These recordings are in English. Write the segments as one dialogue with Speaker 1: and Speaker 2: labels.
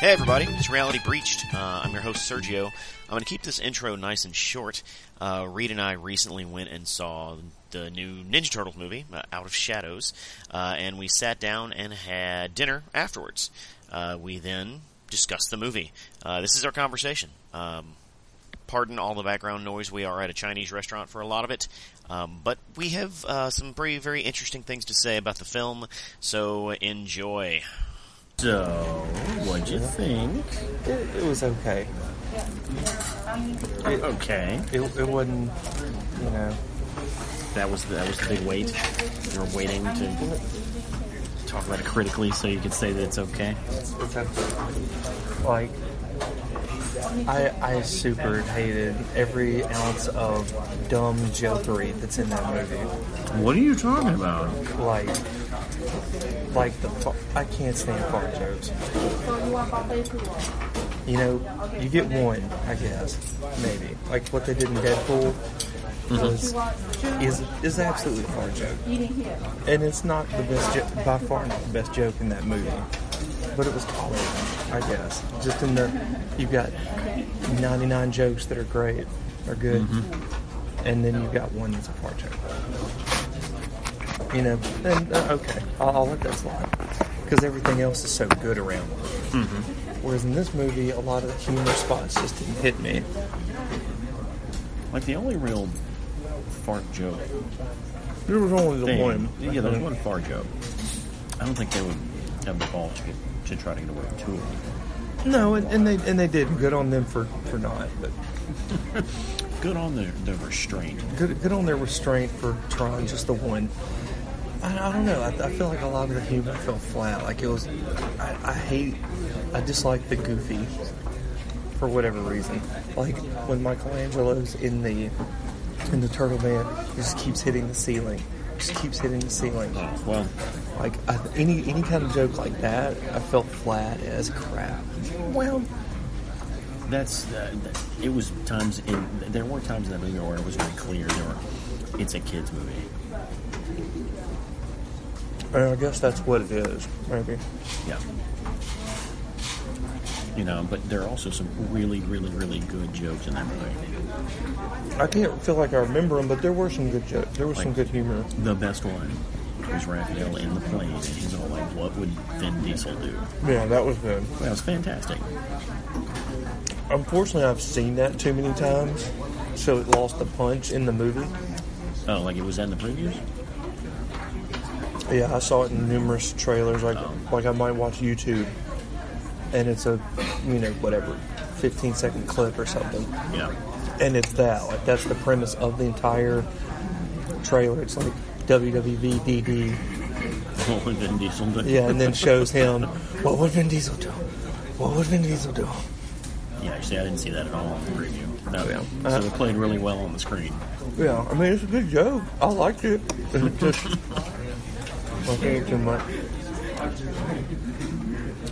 Speaker 1: Hey everybody, it's Reality Breached. Uh, I'm your host Sergio. I'm going to keep this intro nice and short. Uh, Reed and I recently went and saw the new Ninja Turtles movie, uh, Out of Shadows, uh, and we sat down and had dinner afterwards. Uh, we then discussed the movie. Uh, this is our conversation. Um, pardon all the background noise. We are at a Chinese restaurant for a lot of it. Um, but we have uh, some very, very interesting things to say about the film, so enjoy.
Speaker 2: So, what'd you think?
Speaker 3: It, it was okay.
Speaker 2: Okay,
Speaker 3: It, it wasn't, you know,
Speaker 2: that was the, that was the big wait. You were waiting to talk about it critically, so you could say that it's okay.
Speaker 3: it's okay. Like, I I super hated every ounce of dumb jokery that's in that movie.
Speaker 2: What are you talking about?
Speaker 3: Like, like the fa- I can't stand fart jokes. You know, you get one, I guess, maybe. Like what they did in Deadpool was is is absolutely a fart joke. and it's not the best jo- by far not the best joke in that movie but it was tolerable i guess just in the you've got 99 jokes that are great are good
Speaker 2: Mm-hmm.
Speaker 3: and then you've got one that's a fart joke you know and uh, okay I'll, I'll let that slide because everything else is so good around it
Speaker 2: Mm-hmm.
Speaker 3: whereas in this movie a lot of the humor spots just didn't hit me
Speaker 2: Like the only real fart joke.
Speaker 3: there was only the
Speaker 2: Thing.
Speaker 3: one
Speaker 2: Yeah, there's one fart joke. I don't think they would have the balls to, get, to try to get away with two of them.
Speaker 3: no and, and they and they did good on them for for not but
Speaker 2: Good on the, the restraint.
Speaker 3: good, good on their restraint for trying just the one. I, I don't know. I, I feel like a lot of the humor fell flat. Like it was, I, I hate, I dislike the goofy for whatever reason. Like when Michelangelo's in the in the Turtle Man, he just keeps hitting the ceiling, just keeps hitting the ceiling.
Speaker 2: Well,
Speaker 3: Like I, any any kind of joke like that, I felt flat as crap. Well,
Speaker 2: that's uh, that- it was times in there were times in that movie where it was very clear there were it's a kids movie.
Speaker 3: I guess that's what it is. Maybe.
Speaker 2: Yeah. You know, but there are also some really, really, really good jokes in that movie.
Speaker 3: I can't feel like I remember them, but there were some good jokes. There was some good humor.
Speaker 2: The best one was Raphael in the plane, and he's all like, "What would Vin Diesel do?"
Speaker 3: Yeah, that was good.
Speaker 2: That was fantastic.
Speaker 3: Unfortunately, I've seen that too many times, so it lost the punch in the movie.
Speaker 2: Oh, like it was in the previews.
Speaker 3: Yeah, I saw it in numerous trailers. Like, like I might watch YouTube, and it's a, you know, whatever, fifteen second clip or something,
Speaker 2: Yeah,
Speaker 3: and it's that. Like that's the premise of the entire trailer. It's like WWVDD.
Speaker 2: what would Vin Diesel do?
Speaker 3: Yeah, and then shows him what would Vin Diesel do? What would Vin Diesel do?
Speaker 2: yeah. Actually, I didn't see that at all in the preview. No,
Speaker 3: Oh, Yeah.
Speaker 2: so it played really well on the screen.
Speaker 3: Yeah, I mean it's a good joke. I liked it. And it just I think too much.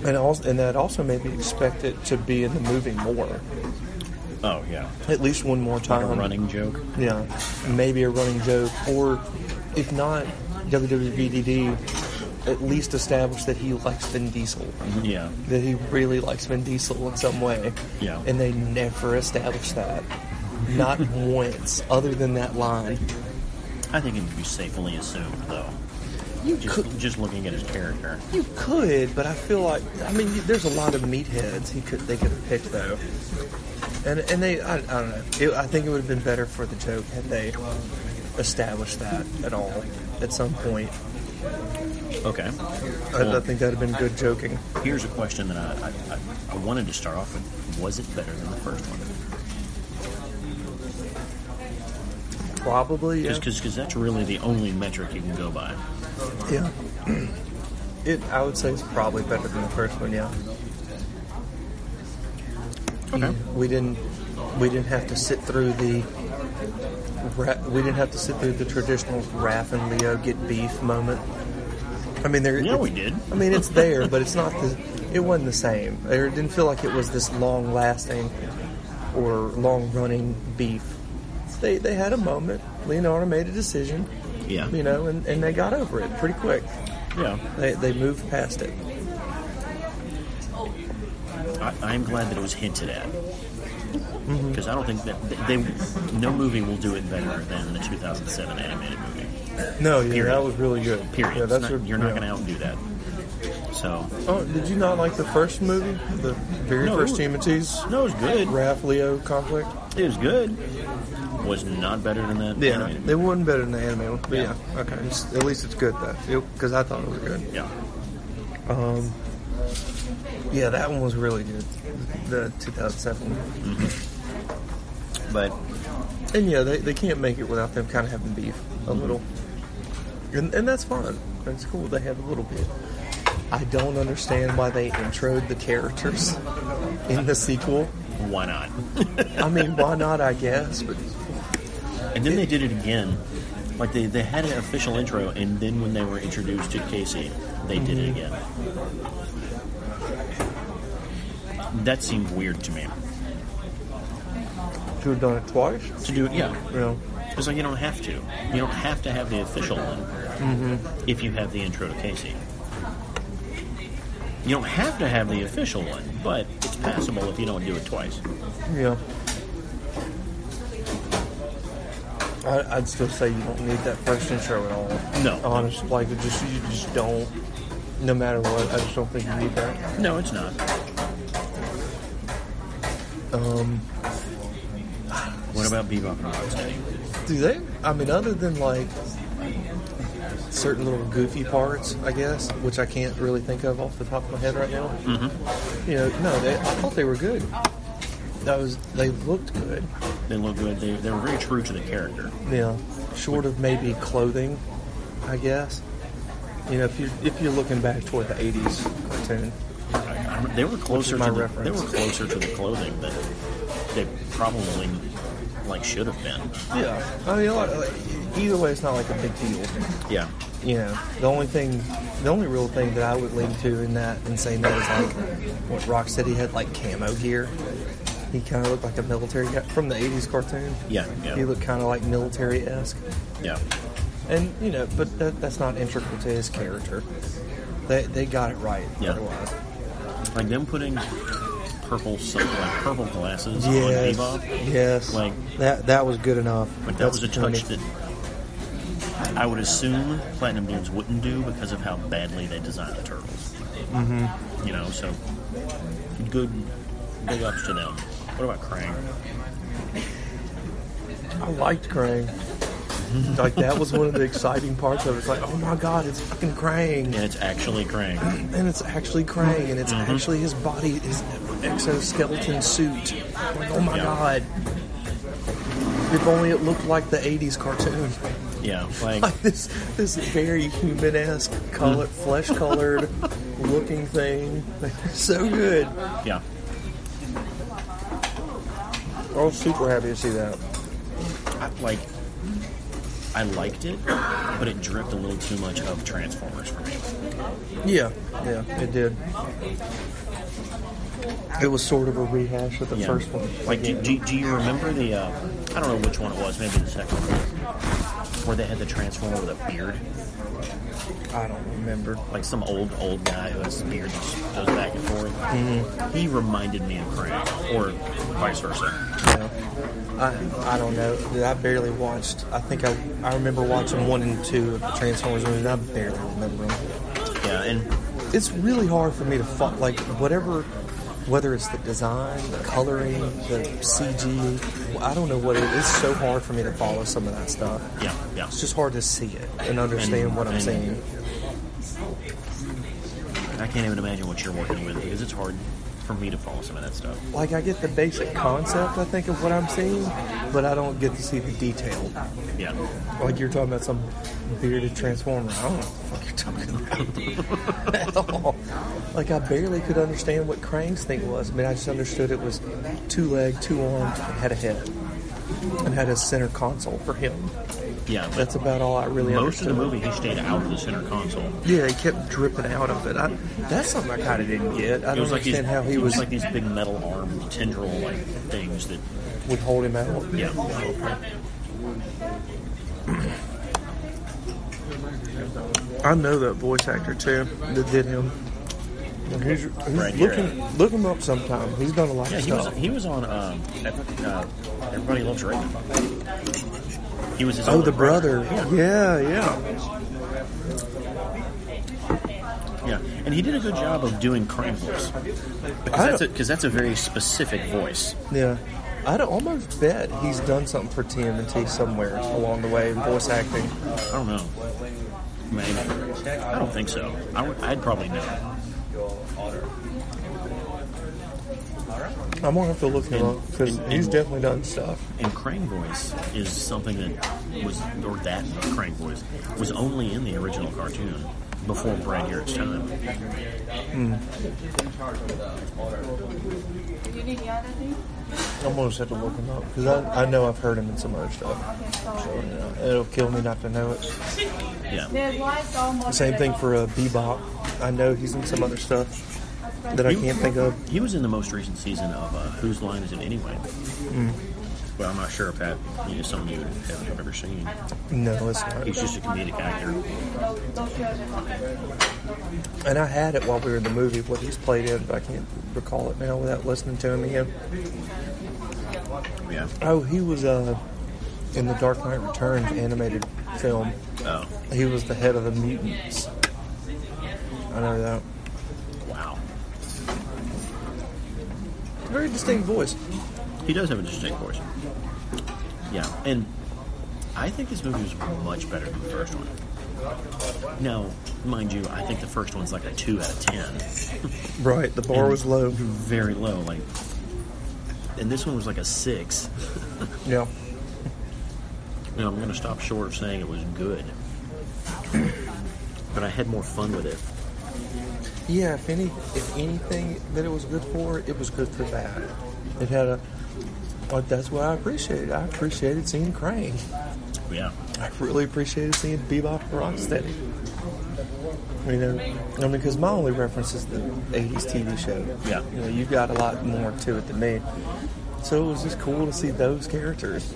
Speaker 3: And also, and that also made me expect it to be in the movie more,
Speaker 2: Oh yeah,
Speaker 3: at least one more
Speaker 2: a
Speaker 3: time.
Speaker 2: running joke.
Speaker 3: Yeah, maybe a running joke, or if not WWVDD, at least establish that he likes Vin Diesel,
Speaker 2: Yeah,
Speaker 3: that he really likes Vin Diesel in some way.
Speaker 2: Yeah.
Speaker 3: and they never established that, not once, other than that line.
Speaker 2: I think it could be safely assumed though.
Speaker 3: You
Speaker 2: Just, just looking at his character.
Speaker 3: You could, but I feel like I mean, you- there's a lot of meatheads he could they could have picked though, and and they I, I don't know. It, I think it would have been better for the joke had they established that at all at some point.
Speaker 2: Okay.
Speaker 3: I, I think that'd have been good joking.
Speaker 2: Here's a question that I, I, I- I wanted to start off with. Was it better than the first one?
Speaker 3: Probably yeah.
Speaker 2: Because that's really the only metric you can go by.
Speaker 3: yeah. It, I would say it's probably better than the first one. Yeah,
Speaker 2: Okay.
Speaker 3: we didn't we didn't have to sit through the Ra- we didn't have to sit through the traditional Raph and Leo get beef moment. I mean, there
Speaker 2: Yeah,
Speaker 3: it's-
Speaker 2: we did.
Speaker 3: I mean, it's there, but it's not the. It wasn't the same. Or It didn't feel like it was this long-lasting or long-running beef. They they had a moment. Leonardo made a decision.
Speaker 2: Yeah.
Speaker 3: You know, and, and they got over it pretty quick.
Speaker 2: Yeah.
Speaker 3: They they moved past it.
Speaker 2: I, I'm glad that it was hinted at
Speaker 3: Mm-hmm.
Speaker 2: because I don't think that they, they no movie will do it better than the 2007 animated movie.
Speaker 3: No, yeah,
Speaker 2: Period.
Speaker 3: that was really good.
Speaker 2: Period.
Speaker 3: Yeah,
Speaker 2: It's
Speaker 3: that's
Speaker 2: not-
Speaker 3: what-
Speaker 2: you're not
Speaker 3: yeah.
Speaker 2: going to outdo that. So
Speaker 3: Oh, did you not like the first movie, the very
Speaker 2: No, it
Speaker 3: first
Speaker 2: was-
Speaker 3: Timothy's
Speaker 2: no, it was good.
Speaker 3: Raph Leo conflict?
Speaker 2: It was good. Was not better than that
Speaker 3: Yeah,
Speaker 2: animated.
Speaker 3: it wasn't better than the anime one, but
Speaker 2: Yeah.
Speaker 3: yeah, okay. It's- at least it's good though, because I thought it was good.
Speaker 2: Yeah.
Speaker 3: Um, yeah, that one was really good, the 2007. one.
Speaker 2: But
Speaker 3: And yeah, they, they can't make it without them kind of having beef a little, and and that's fine. That's cool. They have a little bit. I don't understand why they introed the characters in the sequel.
Speaker 2: why not?
Speaker 3: I mean, why not? I guess, but
Speaker 2: And then they did it again. Like they, they had an official intro, and then when they were introduced to Casey, they did it again. That seemed weird to me.
Speaker 3: to have done it twice,
Speaker 2: To do it, yeah.
Speaker 3: you know.
Speaker 2: It's like you don't have to. You don't have to have the official one if you have the intro to Casey. You don't have to have the official one, but it's passable if you don't do it twice.
Speaker 3: Yeah. I, I'd still say you don't need that first intro at all.
Speaker 2: No.
Speaker 3: Honest, like it just you just don't. No matter what, I just don't think you need that.
Speaker 2: No, it's not.
Speaker 3: Um,
Speaker 2: What about Bebop and Rocksteady?
Speaker 3: do they? I mean, other than like certain little goofy parts, I guess, which I can't really think of off the top of my head right now. Mm-hmm. You know, no, they, I thought they were good. That was they looked good.
Speaker 2: They look good. They, they were very true to the character.
Speaker 3: Yeah, short of maybe clothing, I guess. You know, if you if you're looking back toward the '80s cartoon,
Speaker 2: I- I- they were closer
Speaker 3: my
Speaker 2: to the, they
Speaker 3: reference.
Speaker 2: were closer to the clothing that they probably like should have been.
Speaker 3: yeah. I mean, like, like, either way, it's not like a big deal.
Speaker 2: Yeah.
Speaker 3: You know, the only thing, the only real thing that I would lean to in that and saying that is like what Rocksteady had like camo gear. He kind of looked like a military guy from the '80s cartoon.
Speaker 2: Yeah. Yeah.
Speaker 3: He looked kind of like military-esque.
Speaker 2: yeah.
Speaker 3: And you know, but that, that's not integral to his character. They, they got it right.
Speaker 2: Yeah.
Speaker 3: Otherwise.
Speaker 2: Like them putting purple so- like purple glasses
Speaker 3: Yes.
Speaker 2: on Bebop.
Speaker 3: Yes.
Speaker 2: Like-
Speaker 3: that that was good enough.
Speaker 2: Like that was a
Speaker 3: That's
Speaker 2: touch
Speaker 3: funny.
Speaker 2: that I would assume Platinum Dunes wouldn't do because of how badly they designed the turtles. Mm-hmm. You know, so good big ups to them. What about Krang?
Speaker 3: I liked Krang. like that was one of the exciting parts of it. It's like, oh my god, it's fucking Krang.
Speaker 2: And it's actually Krang.
Speaker 3: And it's actually Krang and it's actually his body his exoskeleton suit. Like, oh my
Speaker 2: Yeah.
Speaker 3: god. If only it looked like the eighties cartoon.
Speaker 2: Yeah, like
Speaker 3: Like this this very human esque color flesh colored looking thing. so good.
Speaker 2: yeah.
Speaker 3: I was super happy to see that.
Speaker 2: I, like I liked it, but it dripped a little too much of Transformers for me.
Speaker 3: Yeah, yeah, it did. It was sort of a rehash of the
Speaker 2: Yeah.
Speaker 3: first one.
Speaker 2: Like, do, do, do you remember the? Uh, I don't know which one it was. Maybe the second one, where they had the Transformer with a beard,
Speaker 3: I don't remember.
Speaker 2: like some old old guy who has a beard that just goes back and forth. He reminded me of Krang, or vice versa.
Speaker 3: Yeah. I I don't know. Dude, I barely watched. I think I I remember watching one and two of the Transformers movies. and I barely remember them.
Speaker 2: Yeah, and
Speaker 3: It's really hard for me to fuck like whatever, whether it's the design, the coloring, the CG. I don't know what it is. It's so hard for me to follow some of that stuff.
Speaker 2: yeah, yeah.
Speaker 3: It's just hard to see it and understand what I'm
Speaker 2: and-
Speaker 3: seeing.
Speaker 2: I can't even imagine what you're working with because it's hard for me to follow some of that stuff.
Speaker 3: like I get the basic concept, I think, of what I'm seeing, but I don't get to see the detail.
Speaker 2: Yeah,
Speaker 3: Like you're talking about some bearded transformer. I don't know what the fuck you're talking about at all. Like I barely could understand what Krang's thing was. I mean, I just understood it was two legged, two armed, and had a head, and had a center console for him.
Speaker 2: yeah. But uh,
Speaker 3: That's about all I really
Speaker 2: most
Speaker 3: understood.
Speaker 2: of the movie, he stayed out of the center console.
Speaker 3: Yeah, he kept dripping out of it. I, that's something I kind of didn't get. I
Speaker 2: It
Speaker 3: don't
Speaker 2: was like these,
Speaker 3: understand how he
Speaker 2: it
Speaker 3: was,
Speaker 2: like these big metal armed tendril like things that
Speaker 3: would hold him out.
Speaker 2: yeah.
Speaker 3: I know that voice actor too that did him. He's, he's
Speaker 2: Right here,
Speaker 3: look, him, look him up sometime. He's done a lot
Speaker 2: Yeah,
Speaker 3: of
Speaker 2: he
Speaker 3: stuff.
Speaker 2: was he was on um, Ev- uh, Everybody Loves Raymond. He was his
Speaker 3: oh,
Speaker 2: older
Speaker 3: the brother.
Speaker 2: Yeah.
Speaker 3: Yeah, yeah.
Speaker 2: yeah, and he did a good job of doing Krampus because
Speaker 3: I
Speaker 2: that's a,
Speaker 3: don't-
Speaker 2: 'cause that's a very specific voice.
Speaker 3: Yeah. I'd almost bet he's done something for TMNT somewhere along the way in voice acting.
Speaker 2: I don't know. Maybe I don't think so. I would, I'd probably know.
Speaker 3: I'm going to have to look him up because
Speaker 2: and-
Speaker 3: he's
Speaker 2: and-
Speaker 3: definitely done stuff.
Speaker 2: And Crane voice is something that was or that Crane voice was only in the original cartoon before Brad Garrett's time.
Speaker 3: I'm going to have to look him up because I, I know I've heard him in some other stuff. So, yeah, it'll kill me not to know it.
Speaker 2: Yeah,
Speaker 4: The
Speaker 3: Same thing for uh, Bebop. I know he's in some other stuff that I can't think of.
Speaker 2: he was in the most recent season of uh, Whose Line Is It Anyway? But I'm not sure if that you know something you have have ever seen.
Speaker 3: No, it's not.
Speaker 2: He's just a comedic actor.
Speaker 3: And I had it while we were in the movie, what he's played in, but I can't recall it now without listening to him again.
Speaker 2: Yeah.
Speaker 3: Oh, he was uh, in the Dark Knight Returns animated film.
Speaker 2: Oh,
Speaker 3: He was the head of the mutants. I know that.
Speaker 2: wow.
Speaker 3: Very distinct voice.
Speaker 2: He does have a distinct voice. Yeah, and I think this movie was much better than the first one. Now, mind you, I think the first one's like a two out of ten.
Speaker 3: Right, the bar was low.
Speaker 2: Very low, like. And this one was like a six.
Speaker 3: Yeah.
Speaker 2: Now I'm going to stop short of saying it was good, but I had more fun with it.
Speaker 3: Yeah, if any, if anything that it was good for, it was good for that. It had a, like that's what I appreciated. I appreciated seeing Crane.
Speaker 2: Yeah,
Speaker 3: I really appreciated seeing Bebop and Rocksteady. You know, I mean, because my only reference is the '80s TV show.
Speaker 2: Yeah.
Speaker 3: you know, you've got a lot more to it than me. So it was just cool to see those characters.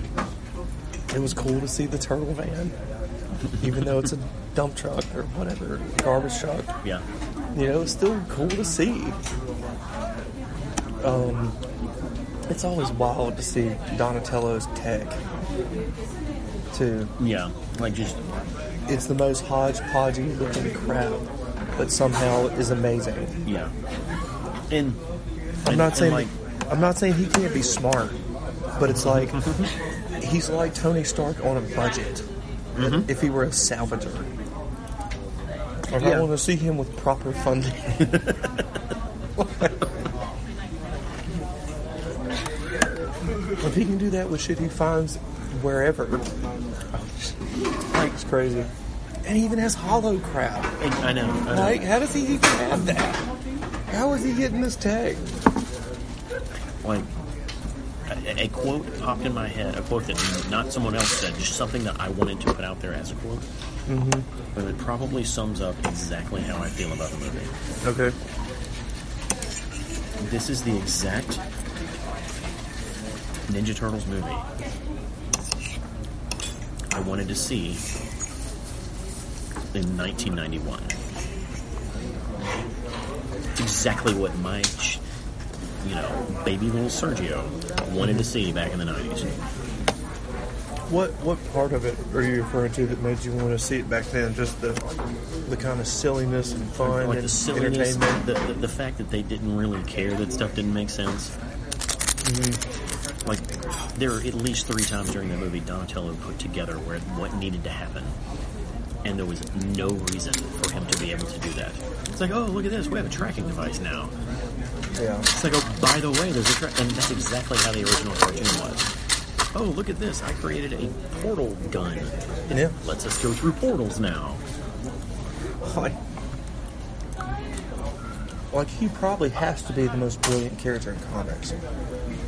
Speaker 3: It was cool to see the turtle van, even though it's a dump truck or whatever, garbage truck.
Speaker 2: yeah,
Speaker 3: You know, it's still cool to see. Um, it's always wild to see Donatello's tech. Too
Speaker 2: yeah. Like just
Speaker 3: it's the most hodgepodgey looking crap, but somehow is amazing.
Speaker 2: yeah. And
Speaker 3: I'm
Speaker 2: and-
Speaker 3: not
Speaker 2: and,
Speaker 3: saying
Speaker 2: like
Speaker 3: I'm not saying he can't be smart, but it's like he's like Tony Stark on a budget.
Speaker 2: Mm-hmm.
Speaker 3: If he were a salvager, Like, I
Speaker 2: Yeah.
Speaker 3: want to see him with proper funding. if he can do that with shit he finds wherever, like it's crazy. And he even has hollow crap.
Speaker 2: and- I know. I know.
Speaker 3: Like, how does he even have that? How is he getting this tag?
Speaker 2: like a, a quote popped in my head, a quote that not someone else said, just something that I wanted to put out there as a quote. Mm-hmm. But it probably sums up exactly how I feel about the movie.
Speaker 3: Okay.
Speaker 2: This is the exact Ninja Turtles movie I wanted to see in 1991. It's exactly what my, ch- you know, baby little Sergio wanted to see back in the 90s.
Speaker 3: What what part of it are you referring to that made you want to see it back then? Just the the kind of silliness and fun
Speaker 2: Like the
Speaker 3: and
Speaker 2: silliness,
Speaker 3: entertainment.
Speaker 2: the, the, the fact that they didn't really care that stuff didn't make sense. Like, there were at least three times during the movie Donatello put together where what needed to happen, and there was no reason for him to be able to do that. It's like, oh, look at this, we have a tracking device now.
Speaker 3: Yeah.
Speaker 2: It's like, oh, by the way, there's a track, and that's exactly how the original cartoon was. Oh, look at this, I created a portal gun. It
Speaker 3: Yeah.
Speaker 2: lets us go through portals now.
Speaker 3: Like, like he probably has to be the most brilliant character in comics.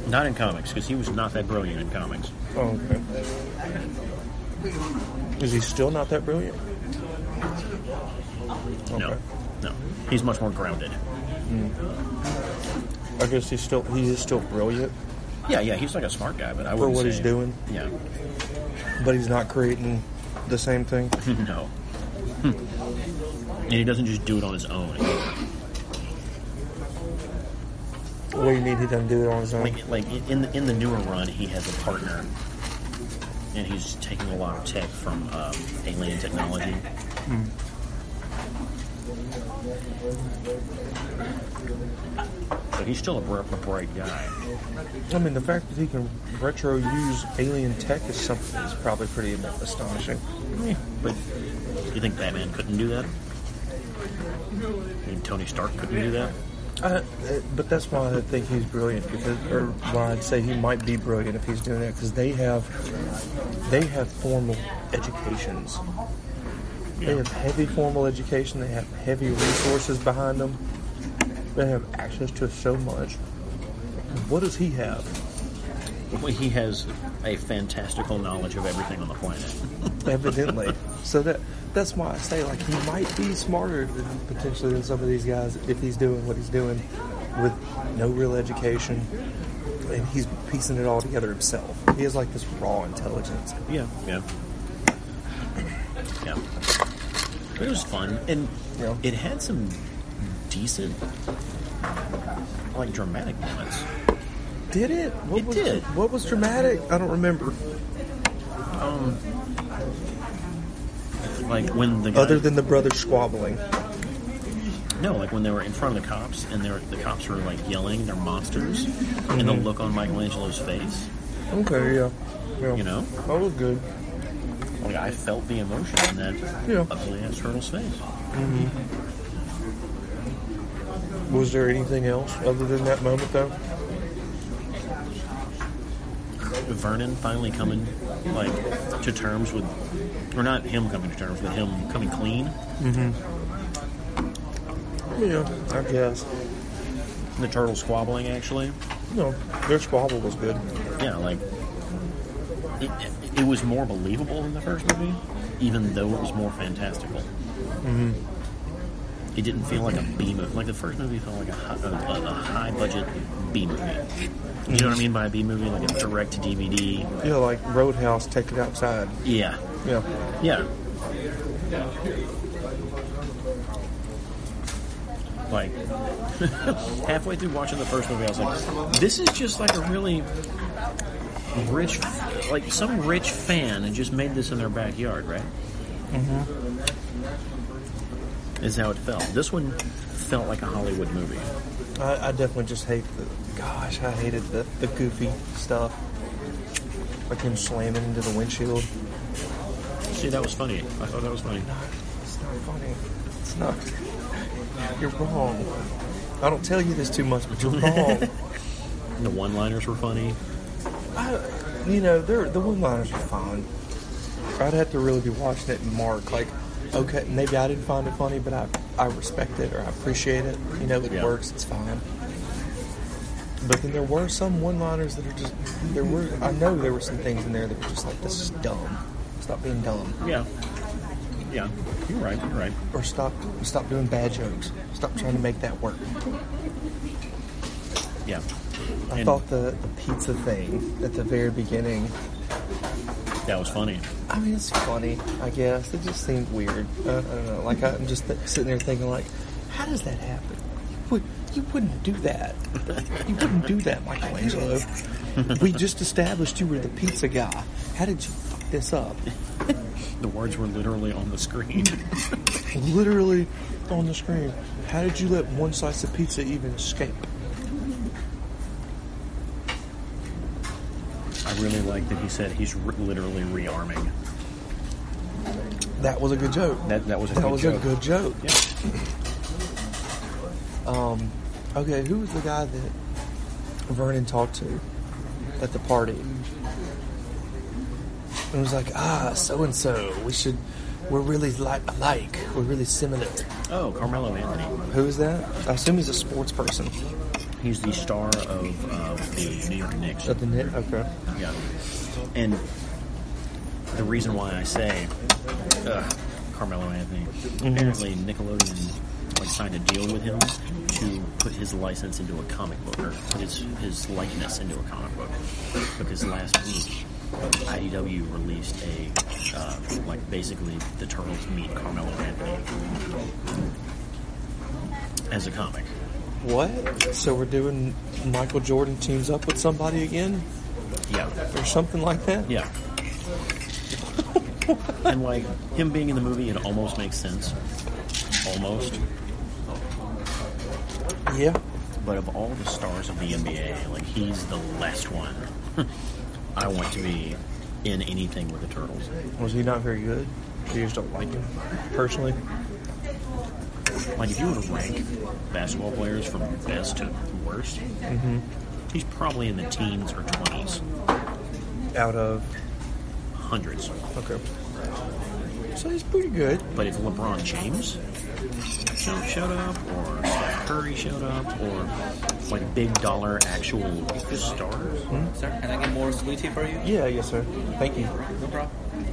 Speaker 2: Not in comics, because he was not that brilliant in comics.
Speaker 3: Oh, okay. Is he still not that brilliant?
Speaker 2: No, no. He's much more grounded.
Speaker 3: I guess he's still he is still brilliant,
Speaker 2: Yeah, yeah. He's like a smart guy, but I
Speaker 3: For
Speaker 2: wouldn't
Speaker 3: what he's
Speaker 2: say-
Speaker 3: doing?
Speaker 2: Yeah.
Speaker 3: but he's not creating the same thing.
Speaker 2: Hmm. no. and he doesn't just do it on his own.
Speaker 3: What do you mean he doesn't do it on his own?
Speaker 2: Like, like in the, in the newer run, he has a partner, and he's taking a lot of tech from um, alien technology. So he's still a bright, a bright guy.
Speaker 3: I mean, the fact that he can retro use alien tech is something that's probably pretty astonishing.
Speaker 2: But you think Batman couldn't do that? And Tony Stark couldn't do that?
Speaker 3: Uh, uh, but that's why I think he's brilliant because, or why I'd say he might be brilliant if he's doing that because they have, they have formal educations. They have heavy formal education. They have heavy resources behind them. They have access to so much. What does he have?
Speaker 2: Well, he has a fantastical knowledge of everything on the planet.
Speaker 3: Evidently, so that that's why I say like he might be smarter than potentially than some of these guys if he's doing what he's doing with no real education and he's piecing it all together himself. He has like this raw intelligence.
Speaker 2: Yeah. Yeah. Yeah. It was fun. And
Speaker 3: Yeah.
Speaker 2: it had some decent, like, dramatic moments.
Speaker 3: Did it? What
Speaker 2: It
Speaker 3: was,
Speaker 2: did.
Speaker 3: What was dramatic? I don't remember.
Speaker 2: Like, when the guy,
Speaker 3: Other than the brothers squabbling.
Speaker 2: No, like when they were in front of the cops and they were, the cops were, like, yelling, they're monsters. And
Speaker 3: Mm-hmm.
Speaker 2: the look on Michelangelo's face,
Speaker 3: Okay, yeah. yeah.
Speaker 2: you know?
Speaker 3: That was good.
Speaker 2: Like, I felt the emotion in that
Speaker 3: Yeah.
Speaker 2: ugly ass turtle's face.
Speaker 3: Was there anything else other than that moment though?
Speaker 2: Vernon finally coming like to terms with, or not him coming to terms, but him coming clean.
Speaker 3: Yeah, I guess.
Speaker 2: The turtle squabbling actually.
Speaker 3: No, their squabble was good.
Speaker 2: Yeah, like it, it, it was more believable than the first movie, even though it was more fantastical. It didn't feel like a B movie. Like the first movie felt like a, hi- a, a high budget B movie. You know what I mean by a B movie, like a direct to DVD.
Speaker 3: Yeah, like Roadhouse, take it outside.
Speaker 2: Yeah,
Speaker 3: Yeah.
Speaker 2: yeah. Like halfway through watching the first movie, I was like, "This is just like a really rich, like some rich fan and just made this in their backyard, right?" Mm-hmm. Is how it felt. This one felt like a Hollywood movie.
Speaker 3: I, I definitely just hate the. Gosh, I hated the, the goofy stuff. Like him slamming into the windshield.
Speaker 2: See, that was funny. I thought that was funny.
Speaker 3: It's not funny. It's not. You're wrong. I don't tell you this too much, but you're wrong.
Speaker 2: The one-liners were funny.
Speaker 3: I, you know, they're, the one liners are fine. I'd have to really be watching it and mark, like, okay, maybe I didn't find it funny, but I, I respect it or I appreciate it. You know, it
Speaker 2: Yeah.
Speaker 3: works, it's fine. But then there were some one liners that are just, there were, I know there were some things in there that were just like, this is dumb. Stop being dumb.
Speaker 2: Yeah, yeah. You're right. You're right.
Speaker 3: Or stop, stop doing bad jokes. Stop trying to make that work.
Speaker 2: Yeah.
Speaker 3: I
Speaker 2: And-
Speaker 3: thought the, the pizza thing at the very beginning
Speaker 2: That was funny.
Speaker 3: I mean, it's funny, I guess. It just seemed weird. Uh, I don't know. Like, I'm just th- sitting there thinking, like, how does that happen? You, would, you wouldn't do that. You wouldn't do that, Michelangelo. we just established you were the pizza guy. How did you fuck this up?
Speaker 2: The words were literally on the screen.
Speaker 3: Literally on the screen. How did you let one slice of pizza even escape?
Speaker 2: I really like that he said he's r literally rearming.
Speaker 3: That was a good joke.
Speaker 2: That that was a
Speaker 3: That
Speaker 2: good
Speaker 3: was
Speaker 2: joke.
Speaker 3: a good joke.
Speaker 2: Yeah.
Speaker 3: Um, okay, who was the guy that Vernon talked to at the party? And was like, ah, so and so, we should, we're really like, alike, we're really similar.
Speaker 2: Oh, Carmelo Anthony.
Speaker 3: Who is that? I assume he's a sports person.
Speaker 2: He's the star of uh, the New York Knicks.
Speaker 3: Of the knit, okay.
Speaker 2: Yeah. And the reason why I say ugh, Carmelo Anthony, apparently Nickelodeon like signed a deal with him to put his license into a comic book or put his his likeness into a comic book because last week IDW released a uh, like basically the turtles meet Carmelo Anthony as a comic.
Speaker 3: What? So we're doing Michael Jordan teams up with somebody again,
Speaker 2: Yeah.
Speaker 3: or something like that?
Speaker 2: Yeah. and like him being in the movie, it almost makes sense. Almost.
Speaker 3: Yeah.
Speaker 2: But of all the stars of the NBA, like he's the last one I want to be in anything with the Turtles.
Speaker 3: Was he not very good? So you just don't like him personally?
Speaker 2: Like if you were to rank basketball players from best to worst,
Speaker 3: Mm-hmm.
Speaker 2: he's probably in the teens or twenties,
Speaker 3: Out of
Speaker 2: hundreds.
Speaker 3: okay. So he's pretty good.
Speaker 2: But if LeBron James showed, showed up, or Steph Curry showed up, or like big dollar actual stars,
Speaker 3: Mm-hmm.
Speaker 4: Sir, can I get more sweet tea for you?
Speaker 3: Yeah, yes, sir. Thank you.
Speaker 4: No problem.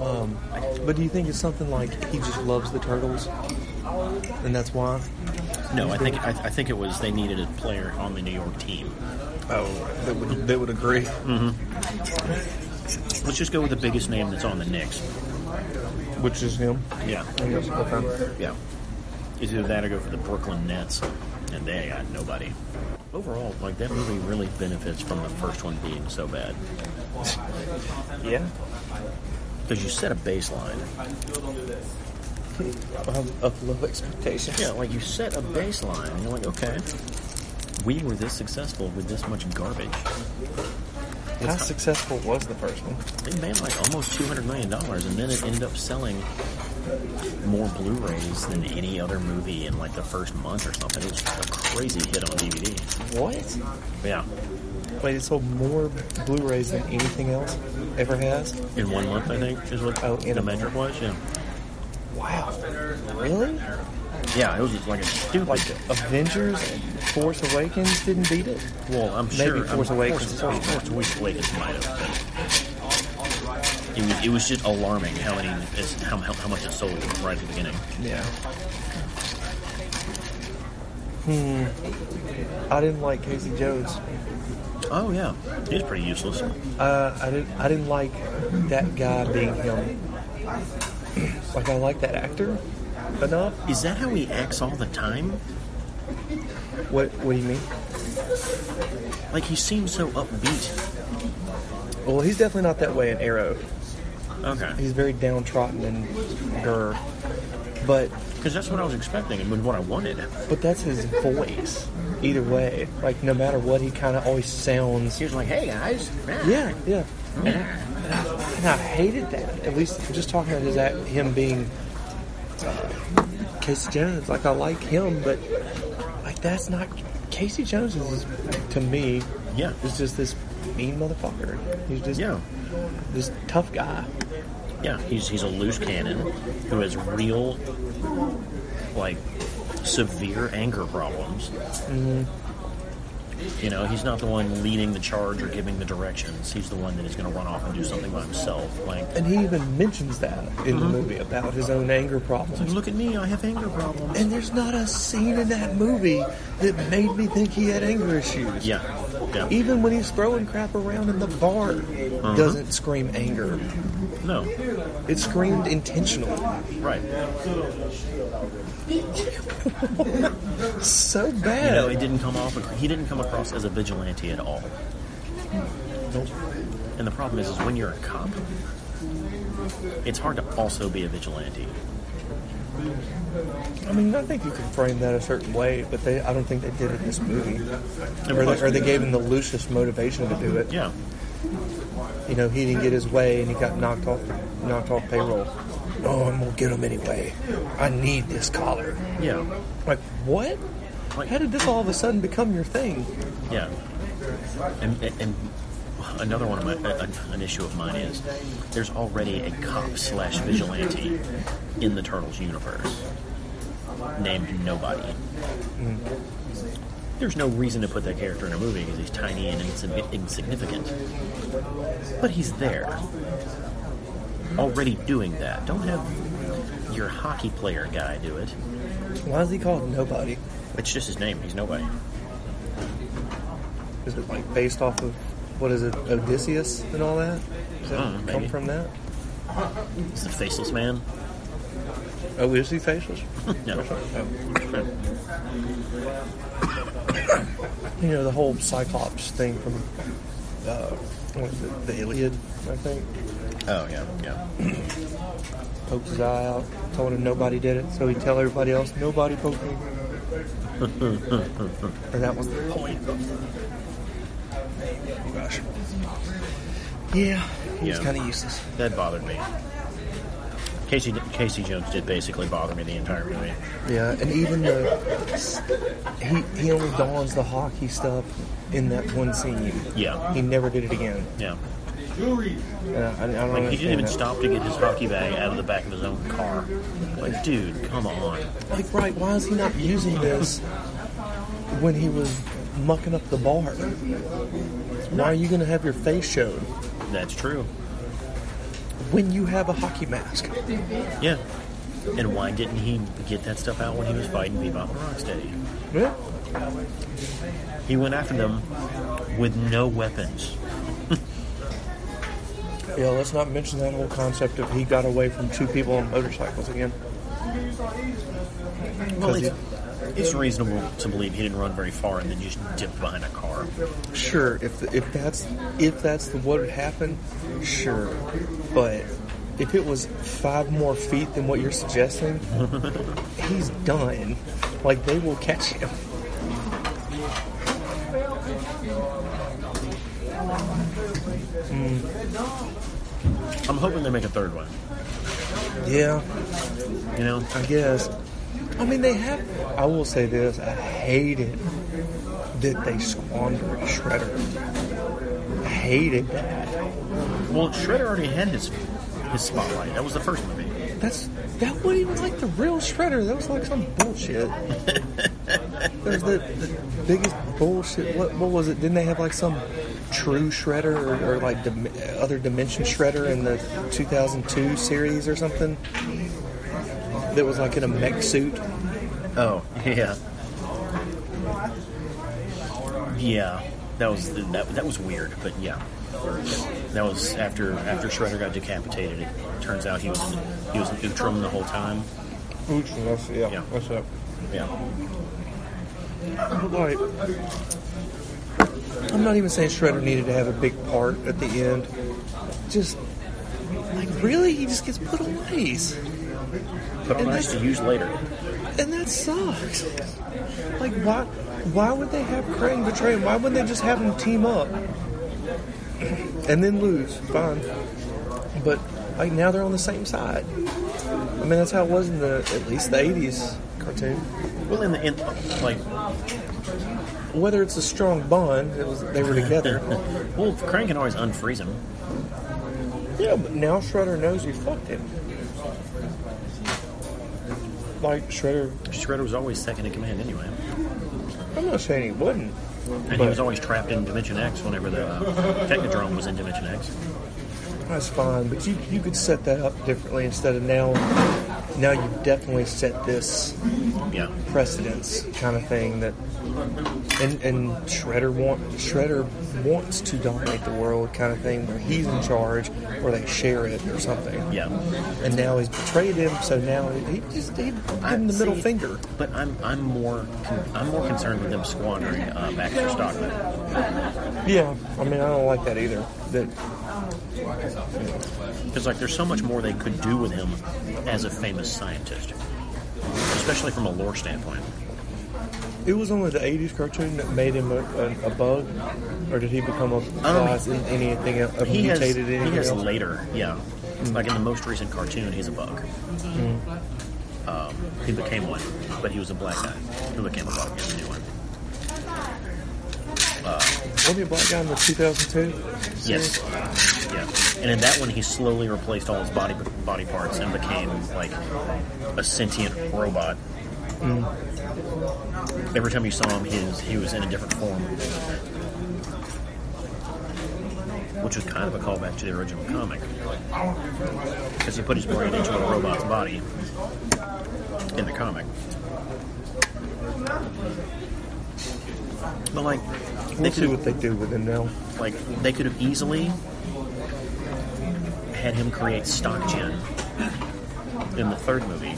Speaker 3: Um, but do you think it's something like he just loves the turtles, and that's why?
Speaker 2: no, I think I, I think it was they needed a player on the New York team.
Speaker 3: Oh, they would they would agree.
Speaker 2: Let's just go with the biggest name that's on the Knicks.
Speaker 3: Which is him.
Speaker 2: Yeah,
Speaker 3: I guess. Okay.
Speaker 2: yeah. It's either that or go for the Brooklyn Nets, and they got nobody. Overall, like that movie really benefits from the first one being so bad
Speaker 3: Yeah.
Speaker 2: because you set a baseline.
Speaker 3: Of, of Um, low expectations.
Speaker 2: Yeah, like you set a baseline, and you're like, okay, we were this successful with this much garbage.
Speaker 3: How successful was the first one?
Speaker 2: They made like almost two hundred million dollars, and then it ended up selling more Blu-rays than any other movie in like the first month or something. It was a crazy hit on DVD.
Speaker 3: What?
Speaker 2: Yeah,
Speaker 3: Wait, it sold more Blu-rays than anything else ever has.
Speaker 2: in one month, I think is what
Speaker 3: Oh, in
Speaker 2: the
Speaker 3: a
Speaker 2: metric was. Yeah,
Speaker 3: Wow. Really?
Speaker 2: yeah, it was just like a stupid.
Speaker 3: Like Avengers and Force Awakens didn't beat it.
Speaker 2: well, I'm
Speaker 3: maybe
Speaker 2: sure
Speaker 3: Force
Speaker 2: I'm,
Speaker 3: Awakens
Speaker 2: Force,
Speaker 3: is also-
Speaker 2: Force Awakens might have. But it was it was just alarming how many is- how, how how much it sold right at the beginning.
Speaker 3: Yeah. Hmm. I didn't like Casey Jones.
Speaker 2: Oh yeah, he's pretty useless.
Speaker 3: Uh, I didn't. I didn't like that guy being him. like I like that actor enough.
Speaker 2: Is that how he acts all the time?
Speaker 3: What What do you mean?
Speaker 2: Like he seems so upbeat.
Speaker 3: Well, he's definitely not that way in Arrow.
Speaker 2: Okay,
Speaker 3: He's very downtrodden and grr. But
Speaker 2: because that's what I was expecting and what I wanted.
Speaker 3: but that's his voice. Either way, like no matter what, he kind of always sounds.
Speaker 2: He was like, "Hey guys,
Speaker 3: Yeah, yeah. And I hated that. At least just talking about his act, him being uh, Casey Jones. Like I like him, but like that's not Casey Jones is to me
Speaker 2: yeah,
Speaker 3: is just this mean motherfucker. He's just
Speaker 2: yeah,
Speaker 3: this tough guy.
Speaker 2: yeah." He's he's a loose cannon who has real, like, severe anger problems. You know, he's not the one leading the charge or giving the directions. He's the one that is going to run off and do something by himself. Like,
Speaker 3: And he even mentions that in the movie about his own anger problems.
Speaker 2: look at me, I have anger problems.
Speaker 3: And there's not a scene in that movie that made me think he had anger issues.
Speaker 2: Yeah, yeah.
Speaker 3: Even when he's throwing crap around in the bar,
Speaker 2: Uh-huh.
Speaker 3: doesn't scream anger.
Speaker 2: No,
Speaker 3: It screamed intentional.
Speaker 2: right.
Speaker 3: So
Speaker 2: You
Speaker 3: bad.
Speaker 2: know, it didn't come off. He didn't come across as a vigilante at all. And the problem is, is when you're a cop, it's hard to also be a vigilante.
Speaker 3: I mean, I think you can frame that a certain way, but they, I don't think they did it in this movie.
Speaker 2: And
Speaker 3: Or
Speaker 2: plus-
Speaker 3: they, or they gave him the loosest motivation to do it.
Speaker 2: Yeah,
Speaker 3: You know, he didn't get his way and he got knocked off, knocked off payroll. Oh, I'm gonna get him anyway. I need this collar.
Speaker 2: yeah,
Speaker 3: Like what?
Speaker 2: Like-
Speaker 3: How did this all of a sudden become your thing?
Speaker 2: yeah. And, and, and another one of my a- a- an issue of mine is there's already a cop slash vigilante in the Turtles universe named Nobody. There's no reason to put that character in a movie because he's tiny and insigni- insignificant. But he's there. Already doing that. Don't have your hockey player guy do it.
Speaker 3: Why is he called nobody?
Speaker 2: It's just his name. He's nobody.
Speaker 3: Is it like based off of what is it, Odysseus and all that? Does that
Speaker 2: Mm,
Speaker 3: come
Speaker 2: maybe.
Speaker 3: from that?
Speaker 2: He's the faceless man.
Speaker 3: Oh, is he faceless?
Speaker 2: No.
Speaker 3: You know the whole Cyclops thing from uh, what is it, the Iliad, I think.
Speaker 2: Oh yeah, yeah.
Speaker 3: Poked his eye out, told him nobody did it, so he'd tell everybody else nobody poked me. and that was the point.
Speaker 2: Oh gosh,
Speaker 3: Yeah, he was
Speaker 2: Yeah.
Speaker 3: kind of useless.
Speaker 2: that bothered me. Casey Casey Jones did basically bother me the entire movie.
Speaker 3: Yeah, and even the he he only dons the hockey stuff in that one scene.
Speaker 2: Yeah.
Speaker 3: he never did it again.
Speaker 2: Yeah,
Speaker 3: Yeah, I, I don't
Speaker 2: like he
Speaker 3: understand
Speaker 2: didn't even
Speaker 3: that.
Speaker 2: stop to get his hockey bag out of the back of his own car. Like, dude, come on.
Speaker 3: Like, right? Why is he not using this when he was mucking up the bar? Why are you going to have your face shown
Speaker 2: That's true.
Speaker 3: when you have a hockey mask?
Speaker 2: Yeah. And why didn't he get that stuff out when he was fighting Bebop and Rocksteady?
Speaker 3: Yeah.
Speaker 2: He went after them with no weapons.
Speaker 3: Yeah. Let's not mention that whole concept of he got away from two people on motorcycles again.
Speaker 2: Well,
Speaker 3: 'Cause
Speaker 2: it's, it's reasonable to believe he didn't run very far and then just dipped behind a car.
Speaker 3: Sure, if if that's if that's the, what had happened, sure. But if it was five more feet than what you're suggesting, he's done. Like they will catch him.
Speaker 2: I'm hoping they make a third one.
Speaker 3: Yeah,
Speaker 2: You know,
Speaker 3: I guess. I mean, they have. I will say this: I hated that they squandered Shredder. I hated that.
Speaker 2: well, Shredder already had his his spotlight. That was the first movie.
Speaker 3: That's that wasn't even like the real shredder. That was like some bullshit. There's the, the biggest bullshit. What what was it? Didn't they have like some true shredder or, or like dim, other dimension shredder in the 2002 series or something? That was like in a mech suit.
Speaker 2: Oh, yeah, yeah. That was that that was weird, but yeah. That was after after Shredder got decapitated. It turns out he was in, he was in Utrum the whole time.
Speaker 3: Oops, that's,
Speaker 2: Yeah.
Speaker 3: What's up?
Speaker 2: Yeah.
Speaker 3: Like, I'm not even saying Shredder needed to have a big part at the end. Just like really, he just gets put on ice.
Speaker 2: But on
Speaker 3: And
Speaker 2: ice to use later.
Speaker 3: And that sucks. Like, why? Why would they have Krang betray him? Why wouldn't they just have them team up and then lose? Fine, but like now they're on the same side. I mean, that's how it was in the at least the '80s cartoon.
Speaker 2: Well, in the in, like,
Speaker 3: Whether it's a strong bond, it was they were together.
Speaker 2: well, Krang can always unfreeze him.
Speaker 3: yeah, but now Shredder knows you fucked him. Like Shredder,
Speaker 2: Shredder was always second in command anyway,
Speaker 3: I'm not saying he wouldn't.
Speaker 2: and he was always trapped in Dimension X whenever the uh, Technodrome was in Dimension X.
Speaker 3: That's fine, but you you could set that up differently instead of now. Now you've definitely set this
Speaker 2: Yeah,
Speaker 3: precedence kind of thing that, and and Shredder want Shredder wants to dominate the world kind of thing where he's in charge or they share it or something.
Speaker 2: yeah.
Speaker 3: And now he's betrayed him, so now he just he give him the middle
Speaker 2: See,
Speaker 3: finger.
Speaker 2: But I'm I'm more con- I'm more concerned with them squandering uh, Baxter Stockman.
Speaker 3: Yeah, I mean I don't like that either. That
Speaker 2: Because like, there's so much more they could do with him as a famous scientist, especially from a lore standpoint.
Speaker 3: it was only the '80s cartoon that made him a, a, a bug, or did he become a flies in anything else? a
Speaker 2: Um, He has he
Speaker 3: mutated in anything
Speaker 2: has
Speaker 3: else?
Speaker 2: later, yeah. Like in the most recent cartoon, he's a bug. Um, he became one, but he was a black guy who became a bug. He's a new one.
Speaker 3: Wasn't he a black guy in the 2002?
Speaker 2: Yes. Yeah. And in that one, he slowly replaced all his body body parts and became like a sentient robot. Mm. Every time you saw him, he was, he was in a different form, which was kind of a callback to the original comic, because he put his brain into a robot's body in the comic. But like,
Speaker 3: We'll see what they do with him now.
Speaker 2: like they could have easily had him create stock gen in the third movie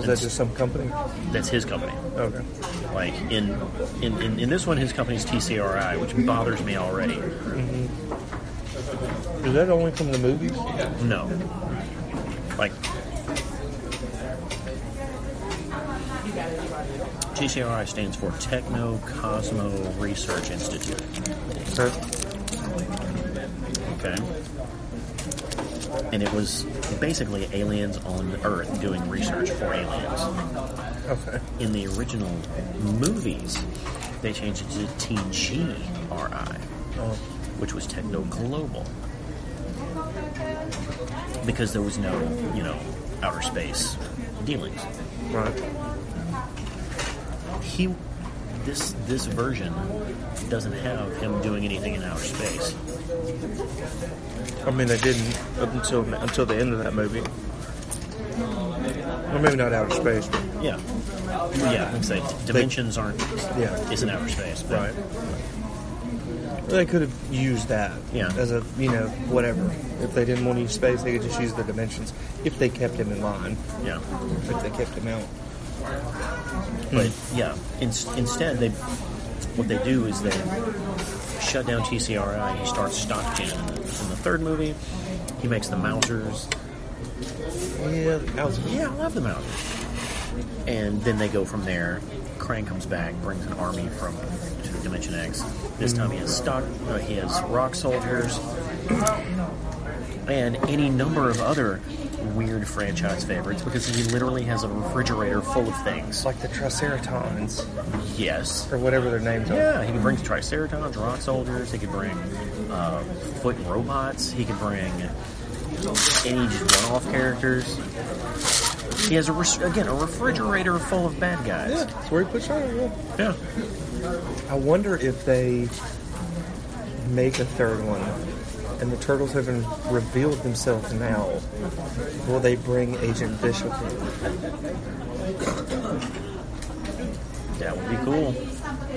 Speaker 3: Is that just some company?
Speaker 2: That's his company.
Speaker 3: Okay.
Speaker 2: Like in in, in, in this one, his company's TCRI, which bothers me already.
Speaker 3: Is that only from the movies?
Speaker 2: No, like TCRI stands for Techno Cosmo Research Institute. Okay. And it was basically aliens on Earth doing research for aliens
Speaker 3: Okay.
Speaker 2: in the original movies, they changed it to TGRI, which was Techno Global. Because there was no, you know, outer space dealings.
Speaker 3: Right.
Speaker 2: He, this this version doesn't have him doing anything in outer space.
Speaker 3: I mean, they didn't up until until the end of that movie. Well, maybe not outer space, but
Speaker 2: Yeah, yeah. I'd say dimensions aren't
Speaker 3: yeah,
Speaker 2: isn't outer space, but
Speaker 3: right. They could have used that
Speaker 2: Yeah.
Speaker 3: as a you know whatever. If they didn't want to use space, they could just use the dimensions. If they kept him in line,
Speaker 2: yeah.
Speaker 3: if they kept him out,
Speaker 2: But yeah, in, instead they what they do is they shut down TCRI. He starts Stockton in the, in the third movie. He makes the Mausers.
Speaker 3: yeah, that was
Speaker 2: Yeah, I love the Mausers. And then they go from there. Krang comes back, brings an army from to Dimension X. This time he has stock, uh, he has rock soldiers, and any number of other weird franchise favorites because he literally has a refrigerator full of things.
Speaker 3: like the Triceratons
Speaker 2: Yes,
Speaker 3: or whatever their names are.
Speaker 2: Yeah, he could bring Triceratons, Rock Soldiers. He could bring uh, Foot Robots. He could bring any just one-off characters. He has a res- again a refrigerator full of bad
Speaker 3: Yeah,
Speaker 2: guys.
Speaker 3: that's where he puts on. Yeah.
Speaker 2: Yeah,
Speaker 3: I wonder if they make a third one, and the turtles haven't revealed themselves now. Will they bring Agent Bishop? in?
Speaker 2: that would be cool.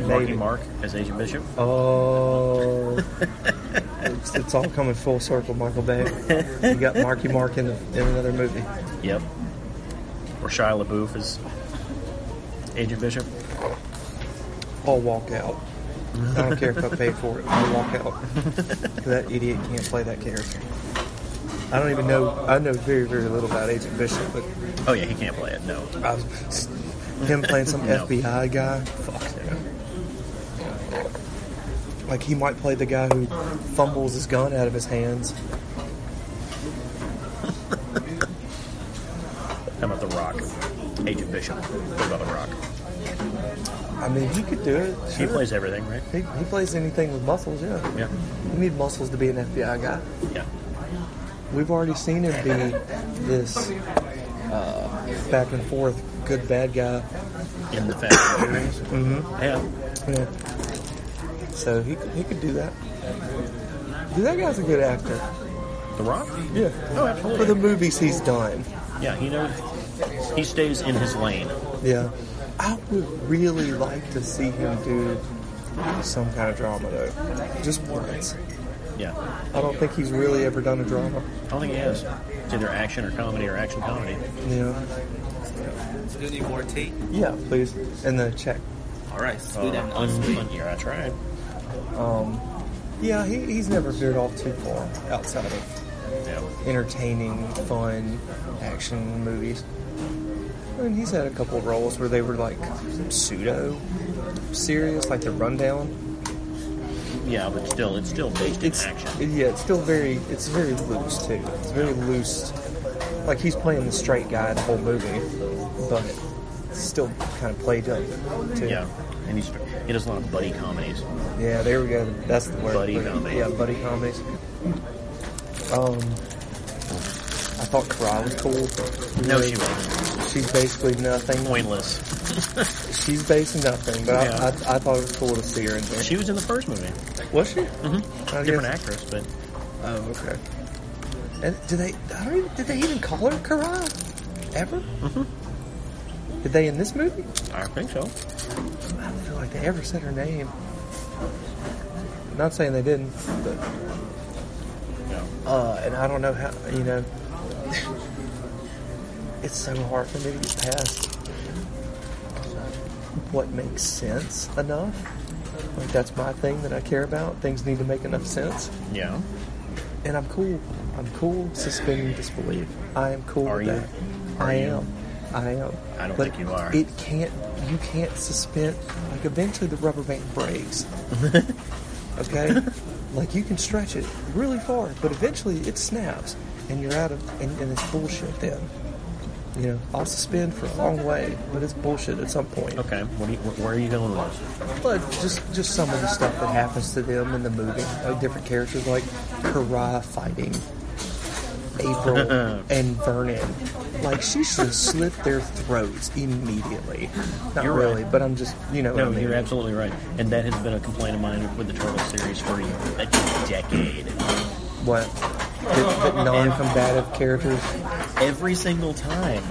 Speaker 2: Marky
Speaker 3: Maybe.
Speaker 2: Mark as Agent Bishop.
Speaker 3: Oh, it's, it's all coming full circle, Michael Bay. You got Marky Mark in, in another movie.
Speaker 2: Yep. Or Shia LaBeouf as Agent Bishop.
Speaker 3: I'll walk out. I don't care if I pay for it. I'll walk out. That idiot can't play that character. I don't even know. I know very, very little about Agent Bishop, but
Speaker 2: Oh yeah, he can't play it. No.
Speaker 3: I was, him playing some
Speaker 2: No.
Speaker 3: FBI guy. Fuck no. Like he might play the guy who fumbles his gun out of his hands.
Speaker 2: How about The Rock? Agent Bishop. What about The Rock?
Speaker 3: I mean, he could do it.
Speaker 2: He
Speaker 3: Sure.
Speaker 2: plays everything, right?
Speaker 3: He, he plays anything with muscles. Yeah.
Speaker 2: Yeah.
Speaker 3: You need muscles to be an FBI guy.
Speaker 2: Yeah.
Speaker 3: We've already seen him be this uh, back and forth good bad guy.
Speaker 2: In the Fast and Furious.
Speaker 3: Mm-hmm.
Speaker 2: Yeah.
Speaker 3: Yeah. So he could- he could do that. Dude, that guy's a good actor.
Speaker 2: The Rock?
Speaker 3: Yeah.
Speaker 2: Oh, absolutely.
Speaker 3: For the movies he's done.
Speaker 2: Yeah, he knows. He stays in his lane.
Speaker 3: Yeah. I would really like to see him do some kind of drama, though. Just once.
Speaker 2: Yeah.
Speaker 3: I don't think he's really ever done a drama.
Speaker 2: I don't think he has. It's either action or comedy or action comedy.
Speaker 3: Yeah.
Speaker 4: Do you need more tea?
Speaker 3: Yeah, please. And the check.
Speaker 4: All right,
Speaker 2: Uh,
Speaker 4: sweet and
Speaker 2: un-
Speaker 4: unsweet.
Speaker 2: un- yeah, I tried.
Speaker 3: Um, yeah, he, he's never veered off too far outside of
Speaker 2: Yeah.
Speaker 3: entertaining, fun, action movies. I mean, he's had a couple of roles where they were like pseudo serious, like the rundown.
Speaker 2: Yeah, but still, it's still based
Speaker 3: It's
Speaker 2: in action.
Speaker 3: yeah, it's still very it's very loose too. It's very loose. Like he's playing the straight guy the whole movie, but it's still kind of played up too.
Speaker 2: yeah. And he's, he does a lot of buddy comedies.
Speaker 3: Yeah, there we go. That's the word.
Speaker 2: Buddy comedy.
Speaker 3: Yeah, buddy comedies. Um, I thought Karai was cool.
Speaker 2: No, she was
Speaker 3: She's basically nothing.
Speaker 2: pointless.
Speaker 3: She's basically nothing, but
Speaker 2: Yeah.
Speaker 3: I, I, I thought it was cool to see her in there.
Speaker 2: She was in the first movie.
Speaker 3: was she? Mm-hmm. I
Speaker 2: Different
Speaker 3: guess-
Speaker 2: actress, but
Speaker 3: Oh, okay. And did they? I don't even, did they even call her Karai? Ever? Mm-hmm.
Speaker 2: Mm-hmm.
Speaker 3: Did they in this movie?
Speaker 2: I think so.
Speaker 3: I don't feel like they ever said her name. Not saying they didn't, but
Speaker 2: Yeah.
Speaker 3: uh, and I don't know how you know. it's so hard for me to get past what makes sense enough. Like that's my thing that I care about. Things need to make enough sense,
Speaker 2: Yeah.
Speaker 3: and I'm cool. I'm cool suspending disbelief. I am cool
Speaker 2: Are
Speaker 3: with
Speaker 2: you?
Speaker 3: that.
Speaker 2: Are
Speaker 3: I
Speaker 2: you?
Speaker 3: am. I am.
Speaker 2: I don't
Speaker 3: But
Speaker 2: think you are.
Speaker 3: It can't. You can't suspend. Like eventually, the rubber band breaks. okay, like you can stretch it really far, but eventually it snaps, and you're out of. And, and it's bullshit then. You know, I'll suspend for a long way, but it's bullshit at some point.
Speaker 2: Okay. What do you, wh- where are you going with this?
Speaker 3: But just just some of the stuff that happens to them in the movie, like different characters, like Hurrah fighting April and Vernon. Like she should have slit their throats immediately. Not
Speaker 2: You're right.
Speaker 3: really, but I'm just you know.
Speaker 2: No,
Speaker 3: what I mean.
Speaker 2: you're absolutely right, and that has been a complaint of mine with the turtle series for a decade.
Speaker 3: What that, that non-combative characters?
Speaker 2: Every single time,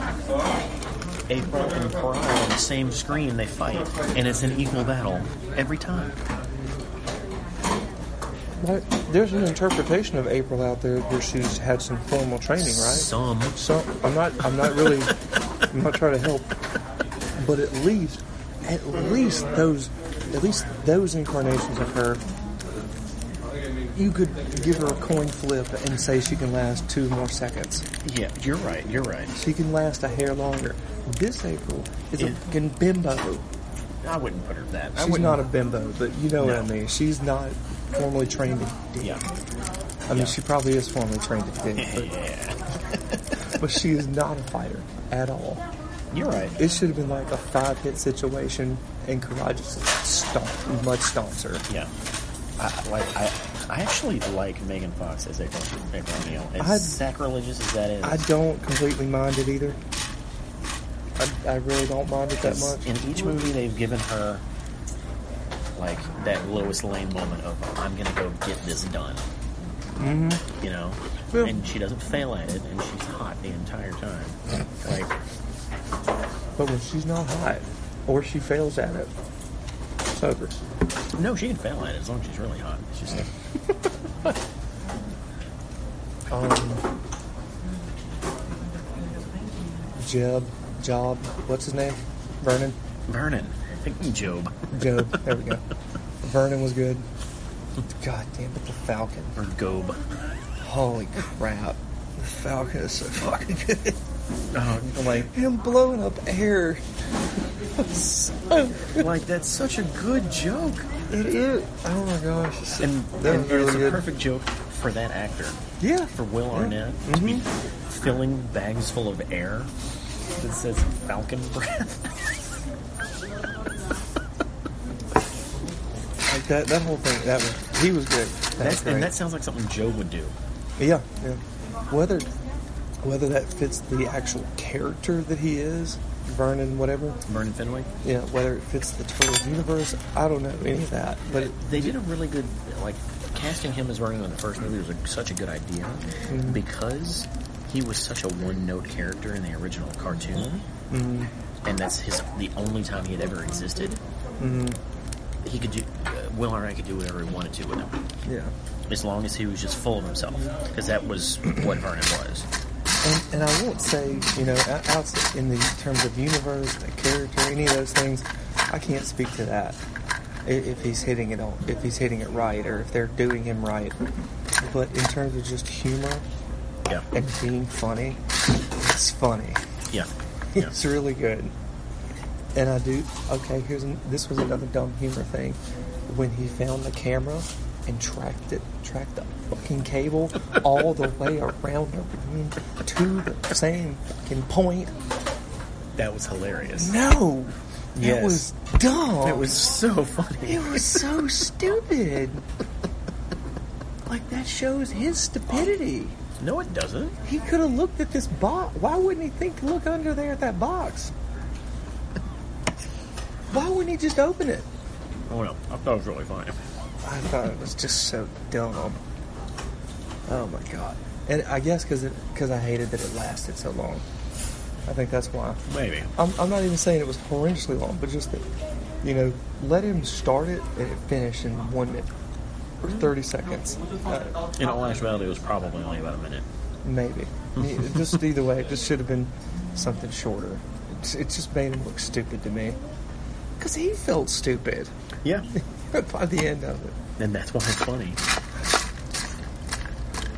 Speaker 2: April and Pariah on the same screen, they fight, and it's an equal battle every time.
Speaker 3: Like, there's an interpretation of April out there where she's had some formal training, right?
Speaker 2: Some
Speaker 3: So I'm not. I'm not really. I'm not trying to help, but at least, at least those, at least those incarnations of her, you could give her a coin flip and say she can last two more seconds.
Speaker 2: Yeah, you're right. You're right.
Speaker 3: She can last a hair longer. This April is a
Speaker 2: Yeah.
Speaker 3: fucking bimbo.
Speaker 2: I wouldn't put her that. I
Speaker 3: She's
Speaker 2: wouldn't-
Speaker 3: not a bimbo, but you know what I
Speaker 2: No.
Speaker 3: mean. She's not formally trained at dick.
Speaker 2: Yeah.
Speaker 3: I mean, she probably is formally trained at dick, but, but she is not a fighter at all.
Speaker 2: You're right.
Speaker 3: It should have been like a five hit situation, and Karaj just stomp, mud stomps her.
Speaker 2: Yeah. I, like I, I actually like Megan Fox as April, April O'Neil. As
Speaker 3: I-
Speaker 2: sacrilegious as that is,
Speaker 3: I don't completely mind it either. I, I really don't mind it that
Speaker 2: because
Speaker 3: much.
Speaker 2: in each movie they've given her like that Lois Lane moment of "I'm gonna go get this done," mm-hmm. you know,
Speaker 3: Yeah.
Speaker 2: and she doesn't fail at it, and she's hot the entire time. Like,
Speaker 3: But when she's not hot, or she fails at it, it's over.
Speaker 2: no, she can fail at it as long as she's really hot. It's just
Speaker 3: Um, Jeb, Job, what's his name? Vernon?
Speaker 2: Vernon, e Job,
Speaker 3: Job. There we go. Vernon was good. God damn it, the Falcon.
Speaker 2: or Gob.
Speaker 3: Holy crap. The Falcon is so fucking good.
Speaker 2: Oh, like
Speaker 3: Him blowing up air. so,
Speaker 2: like that's such a good joke.
Speaker 3: it is. Oh my gosh. it's-
Speaker 2: And,
Speaker 3: that
Speaker 2: and
Speaker 3: was really
Speaker 2: it's a
Speaker 3: good.
Speaker 2: perfect joke for that actor,
Speaker 3: yeah. Mm-hmm.
Speaker 2: for Will Arnett, to be filling bags full of air that says Falcon breath.
Speaker 3: Like that, that whole thing. That was, he was good. That was
Speaker 2: That's,
Speaker 3: great.
Speaker 2: and that sounds like something Joe would do.
Speaker 3: Yeah, yeah. Whether whether that fits the actual character that he is, Vernon, whatever.
Speaker 2: Vernon Fenwick.
Speaker 3: Yeah, whether it fits the Turtles universe, I don't know any of that. But it,
Speaker 2: They did a really good, like, casting him as Vernon in the first movie was a, such a good idea Mm-hmm. because he was such a one-note character in the original cartoon, Mm-hmm. and that's his the only time he had ever existed.
Speaker 3: mm-hmm.
Speaker 2: He could do uh, Will Arnett could do whatever he wanted to with him.
Speaker 3: yeah,
Speaker 2: as long as he was just full of himself, because that was what Vernon was.
Speaker 3: and, and I won't say you know out- outside in the terms of universe, the character, any of those things. I can't speak to that i- if he's hitting it on, if he's hitting it right, or if they're doing him right. But in terms of just humor
Speaker 2: Yeah,
Speaker 3: and being funny, it's funny.
Speaker 2: yeah, yeah.
Speaker 3: It's really good. And I do. Okay, here's an, this was another dumb humor thing. When he found the camera and tracked it, tracked the fucking cable all the way around the room to the same fucking point.
Speaker 2: That was hilarious.
Speaker 3: No,
Speaker 2: Yes.
Speaker 3: that was dumb.
Speaker 2: That was so funny.
Speaker 3: It was so stupid. Like that shows his stupidity.
Speaker 2: No, it doesn't.
Speaker 3: He could have looked at this box. Why wouldn't he think to look under there at that box? Why wouldn't he just open it?
Speaker 2: Oh no, I thought it was really funny.
Speaker 3: I thought it was just so dumb. Oh my god! And I guess because because I hated that it lasted so long. I think that's why.
Speaker 2: Maybe.
Speaker 3: I'm, I'm not even saying it was horrendously long, but just that you know, let him start it and it finished in one minute or thirty seconds, uh,
Speaker 2: In all actuality, it was probably only about a minute.
Speaker 3: maybe. Me- just either way, it just should have been something shorter. It's, it just made him look stupid to me. Because he felt stupid
Speaker 5: Yeah,
Speaker 3: by the end of it.
Speaker 5: and that's why it's funny.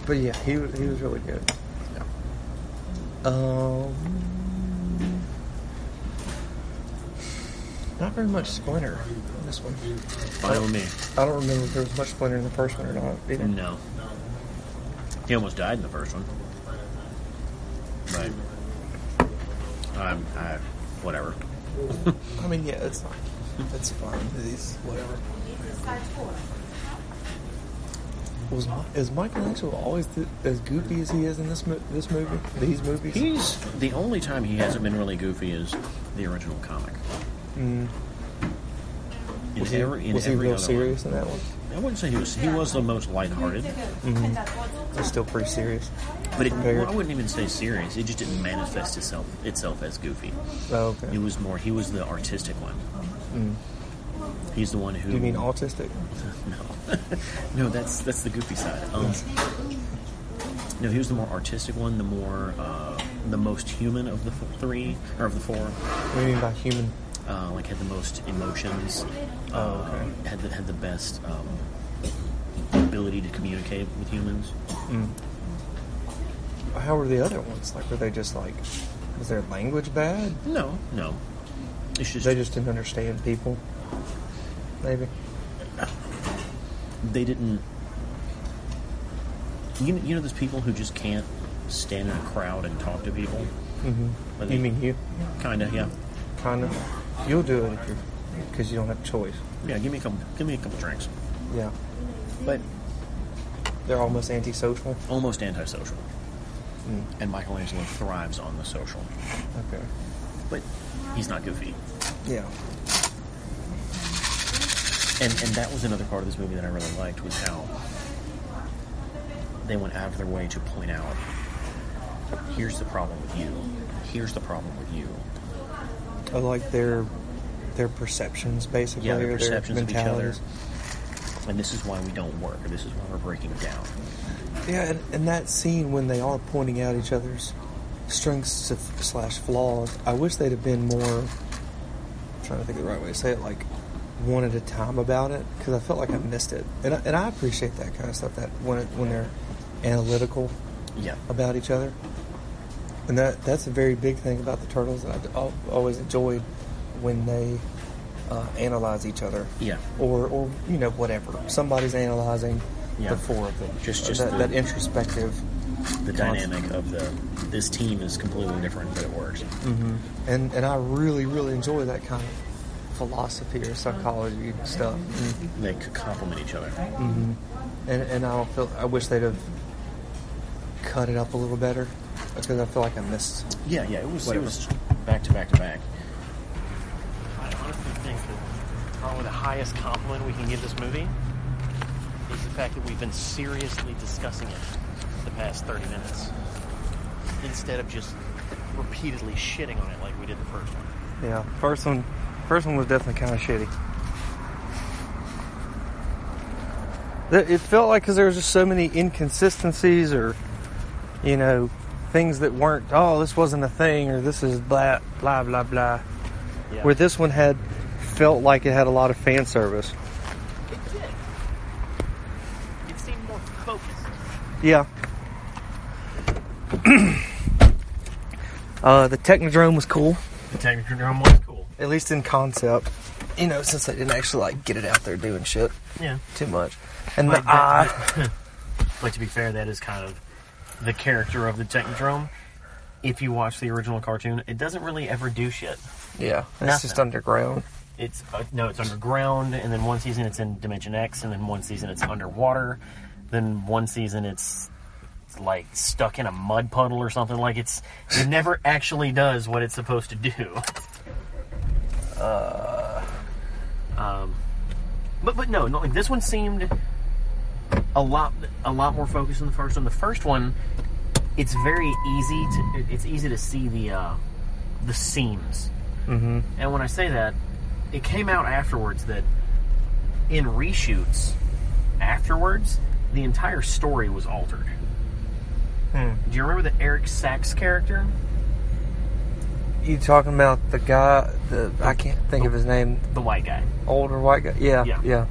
Speaker 3: But yeah, he, wa- he was really good. Um, not very much Splinter in this one.
Speaker 5: Fine with me.
Speaker 3: I don't remember if there was much Splinter in the first one or not. Either.
Speaker 5: No, he almost died in the first one. But I'm, Um, I, whatever.
Speaker 3: I mean, yeah, it's not. It's fine. It's whatever. Was Mi- is Michelangelo always th- as goofy as he is in this mo- this movie? These movies?
Speaker 5: He's the only time he hasn't been really goofy is the original comic. In
Speaker 3: was he,
Speaker 5: every- in
Speaker 3: was he
Speaker 5: every
Speaker 3: real
Speaker 5: other one.
Speaker 3: serious in that one?
Speaker 5: I wouldn't say he was. He was the most lighthearted,
Speaker 3: Mm-hmm. It's still pretty serious.
Speaker 5: but it,
Speaker 3: Compared-
Speaker 5: well, I wouldn't even say serious. It just didn't manifest itself itself as goofy.
Speaker 3: Oh, okay.
Speaker 5: He was more. He was the artistic one. He's the one who.
Speaker 3: Do you mean autistic?
Speaker 5: No, no, that's that's the goofy side. Um, no, he was the more artistic one, the more uh, the most human of the f- three or of the four.
Speaker 3: What do you mean by human?
Speaker 5: Uh, like had the most emotions.
Speaker 3: Oh, okay.
Speaker 5: um, had the, had the best um, ability to communicate with humans.
Speaker 3: How were the other ones? Like, were they just like, was their language bad?
Speaker 5: No, no. It's just
Speaker 3: They just didn't understand people. Maybe.
Speaker 5: they didn't. You know, you know those people who just can't stand in a crowd and talk to people. Mm-hmm.
Speaker 3: You mean you?
Speaker 5: kinda? Yeah,
Speaker 3: Kind of. You'll do it if you're, because you don't have a choice.
Speaker 5: yeah. Give me a couple. Give me a couple drinks.
Speaker 3: Yeah.
Speaker 5: But
Speaker 3: They're almost antisocial.
Speaker 5: almost antisocial. And Michelangelo thrives on the social,
Speaker 3: Okay.
Speaker 5: but he's not goofy.
Speaker 3: Yeah.
Speaker 5: And and that was another part of this movie that I really liked was how they went out of their way to point out here's the problem with you, here's the problem with you.
Speaker 3: I like their their perceptions basically.
Speaker 5: Yeah, their
Speaker 3: or
Speaker 5: perceptions of each other.
Speaker 3: mentalities.
Speaker 5: And this is why we don't work, or this is why we're breaking down.
Speaker 3: Yeah, and, and that scene when they are pointing out each other's strengths s- slash flaws, I wish they'd have been more. I'm trying to think of the right way to say it, like one at a time about it, because I felt like I missed it, and I, and I appreciate that kind of stuff. That when it, when they're analytical
Speaker 5: Yeah.
Speaker 3: about each other, and that that's a very big thing about the turtles that I've al- always enjoyed when they uh, analyze each other.
Speaker 5: Yeah.
Speaker 3: Or or you know whatever somebody's analyzing
Speaker 5: Yeah.
Speaker 3: the four of them.
Speaker 5: Just- just
Speaker 3: that,
Speaker 5: the-
Speaker 3: that introspective.
Speaker 5: The dynamic of the this team is completely different, but it works.
Speaker 3: and and I really really enjoy that kind of philosophy or psychology stuff. And
Speaker 5: They could complement each other.
Speaker 3: and, and I don't feel I wish they'd have cut it up a little better because I feel like I missed.
Speaker 5: Yeah, yeah, it was
Speaker 3: Whatever.
Speaker 5: it was back to back to back.
Speaker 2: I honestly think that probably the highest compliment we can give this movie is the fact that we've been seriously discussing it the past 30 minutes instead of just repeatedly shitting on it like we did the first one.
Speaker 3: Yeah, first one first one was definitely kind of shitty. Th- It felt like because there was just so many inconsistencies or you know things that weren't. Oh, this wasn't a thing or this is blah blah blah blah.
Speaker 2: Yeah.
Speaker 3: Where this one had felt like it had a lot of fan service.
Speaker 2: it did. It seemed more focused.
Speaker 3: Yeah. uh, the Technodrome was cool,
Speaker 2: The technical drum was cool.
Speaker 3: at least in concept. You know, since they didn't actually like get it out there doing shit
Speaker 2: Yeah.
Speaker 3: too much, and
Speaker 2: Like
Speaker 3: the eye,
Speaker 2: But to be fair, that is kind of the character of the Technodrome. If you watch the original cartoon, it doesn't really ever do shit.
Speaker 3: yeah, it's
Speaker 2: Nothing.
Speaker 3: just underground.
Speaker 2: It's uh, no, it's underground, and then one season it's in Dimension X, and then one season it's underwater, then one season it's, it's like stuck in a mud puddle or something. Like it's it never actually does what it's supposed to do. Uh, um, but but no, no, like this one seemed a lot a lot more focused than the first one. The first one, it's very easy to it- it's easy to see the uh, the seams
Speaker 3: Mm-hmm.
Speaker 2: and when I say that, it came out afterwards that in reshoots, afterwards, the entire story was altered. Do you remember the Eric Sachs character?
Speaker 3: You talking about the guy? The I can't think of his name.
Speaker 2: The white guy.
Speaker 3: Older white guy. Yeah,
Speaker 2: Yeah.
Speaker 3: yeah.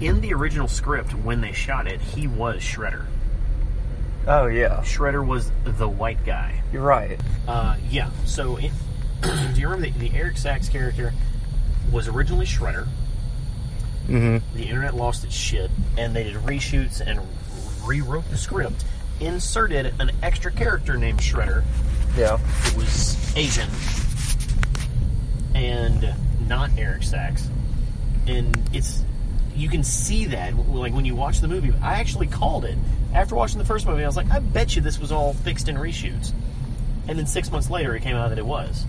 Speaker 2: In the original script, when they shot it, he was Shredder.
Speaker 3: Oh yeah,
Speaker 2: Shredder was the white guy.
Speaker 3: you're right.
Speaker 2: Uh, yeah. So, it, do you remember the, the Eric Sachs character was originally Shredder?
Speaker 3: Mm-hmm.
Speaker 2: The internet lost its shit, and they did reshoots and rewrote the script, inserted an extra character named Shredder
Speaker 3: Yeah.
Speaker 2: who was Asian and not Eric Sachs, and it's you can see that like when you watch the movie. I actually called it after watching the first movie. I was like, I bet you this was all fixed in reshoots, and then six months later, it came out that it was.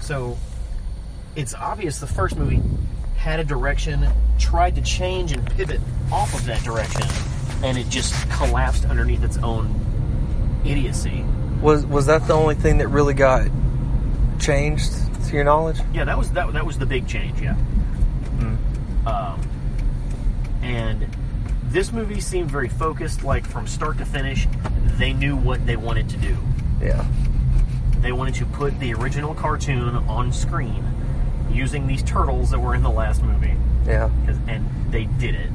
Speaker 2: So it's obvious the first movie had a direction, tried to change and pivot off of that direction, and it just collapsed underneath its own idiocy.
Speaker 3: Was was that the only thing that really got changed to your knowledge?
Speaker 2: Yeah, that was that, that was the big change. Yeah. Um, and this movie seemed very focused, like from start to finish. They knew what they wanted to do.
Speaker 3: Yeah.
Speaker 2: They wanted to put the original cartoon on screen using these turtles that were in the last movie,
Speaker 3: Yeah.
Speaker 2: 'Cause- and they did it.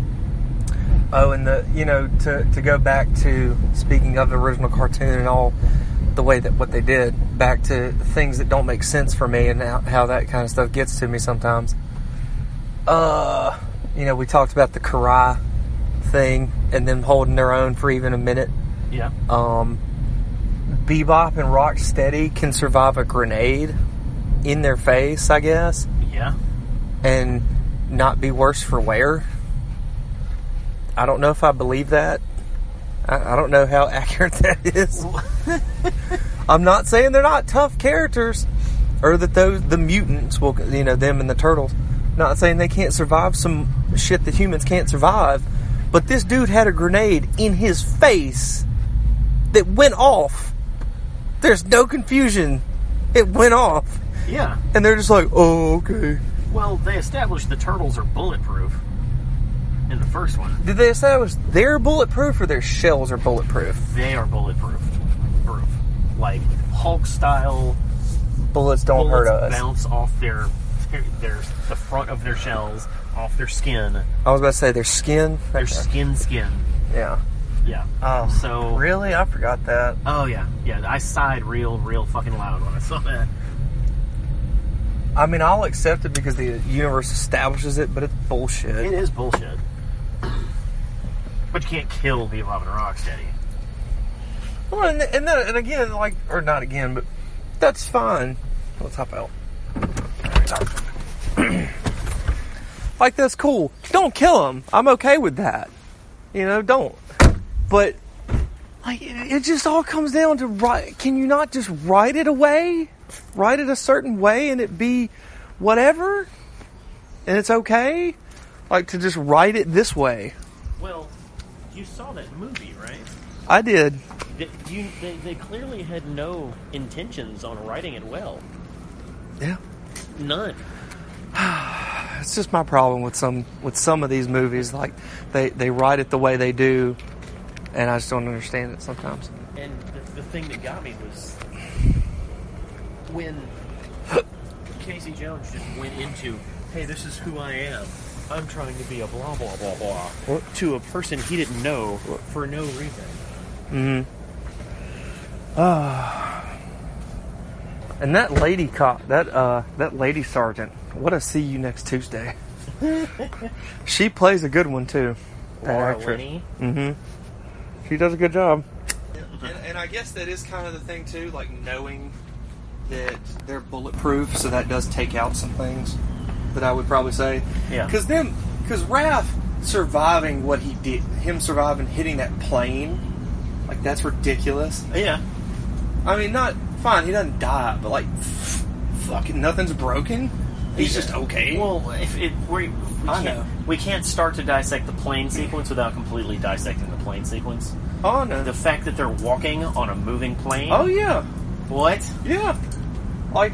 Speaker 3: Oh, and the you know to to go back to speaking of the original cartoon and all the way that what they did back to things that don't make sense for me and how, how that kind of stuff gets to me sometimes. Uh, you know, we talked about the Karai thing and them holding their own for even a minute.
Speaker 2: Yeah.
Speaker 3: Um, Bebop and Rocksteady can survive a grenade in their face, I guess,
Speaker 2: Yeah.
Speaker 3: and not be worse for wear. I don't know if I believe that. I, I don't know how accurate that is. I'm not saying they're not tough characters, or that those the mutants will, you know, them and the turtles. Not saying they can't survive some shit that humans can't survive, but this dude had a grenade in his face that went off. There's no confusion. It went off,
Speaker 2: Yeah.
Speaker 3: and they're just like, "Oh, okay."
Speaker 2: Well, they established the turtles are bulletproof in the first one.
Speaker 3: Did they establish they're bulletproof or their shells are bulletproof?
Speaker 2: They are bulletproof. Proof. Like Hulk style
Speaker 3: Bullets don't
Speaker 2: bullets
Speaker 3: hurt us.
Speaker 2: bounce off their, their their the front of their shells, off their skin,
Speaker 3: I was about to say their skin.
Speaker 2: their
Speaker 3: Okay.
Speaker 2: skin skin.
Speaker 3: Yeah.
Speaker 2: Yeah.
Speaker 3: Oh,
Speaker 2: So-
Speaker 3: really, I forgot that.
Speaker 2: Oh yeah, yeah. I sighed real, real fucking loud when I saw that.
Speaker 3: I mean, I'll accept it because the universe establishes it, but it's bullshit.
Speaker 2: It is bullshit. But you can't kill Bebop and Rocksteady.
Speaker 3: Well, and, and, then, and again, like, or not again, but that's fine. Let's hop out. like, that's cool. Don't kill him. I'm okay with that. You know, don't. But, like, it, it just all comes down to right. Can you not just write it away? Write it a certain way and it be whatever? And it's okay? Like, to just write it this way.
Speaker 2: Well, you saw that movie, right?
Speaker 3: I did.
Speaker 2: Th- You, they, they clearly had no intentions on writing it well.
Speaker 3: Yeah.
Speaker 2: None.
Speaker 3: It's just my problem with some with some of these movies. Like they they write it the way they do, and I just don't understand it sometimes.
Speaker 2: And the, the thing that got me was when Casey Jones just went into, hey, this is who I am. I'm trying to be a blah, blah, blah, blah. To a person he didn't know for no reason.
Speaker 3: And that lady cop, that uh, that lady sergeant, what a see you next Tuesday. she plays a good one too. That
Speaker 2: Laura
Speaker 3: actress.
Speaker 2: Linney.
Speaker 3: She does a good job. And, and I guess that is kind of the thing too, like knowing that they're bulletproof, so that does take out some things that I would probably say.
Speaker 2: Yeah.
Speaker 3: Because then, because Raph surviving what he did, him surviving hitting that plane, like that's ridiculous.
Speaker 2: Yeah.
Speaker 3: I mean, not fine. He doesn't die, but like, f- fucking nothing's broken. He's just okay.
Speaker 2: Well, if it, we, we,
Speaker 3: I know.
Speaker 2: can't, we can't start to dissect the plane sequence without completely dissecting the plane sequence.
Speaker 3: oh no.
Speaker 2: The fact that they're walking on a moving plane.
Speaker 3: oh yeah.
Speaker 2: What?
Speaker 3: Yeah, like,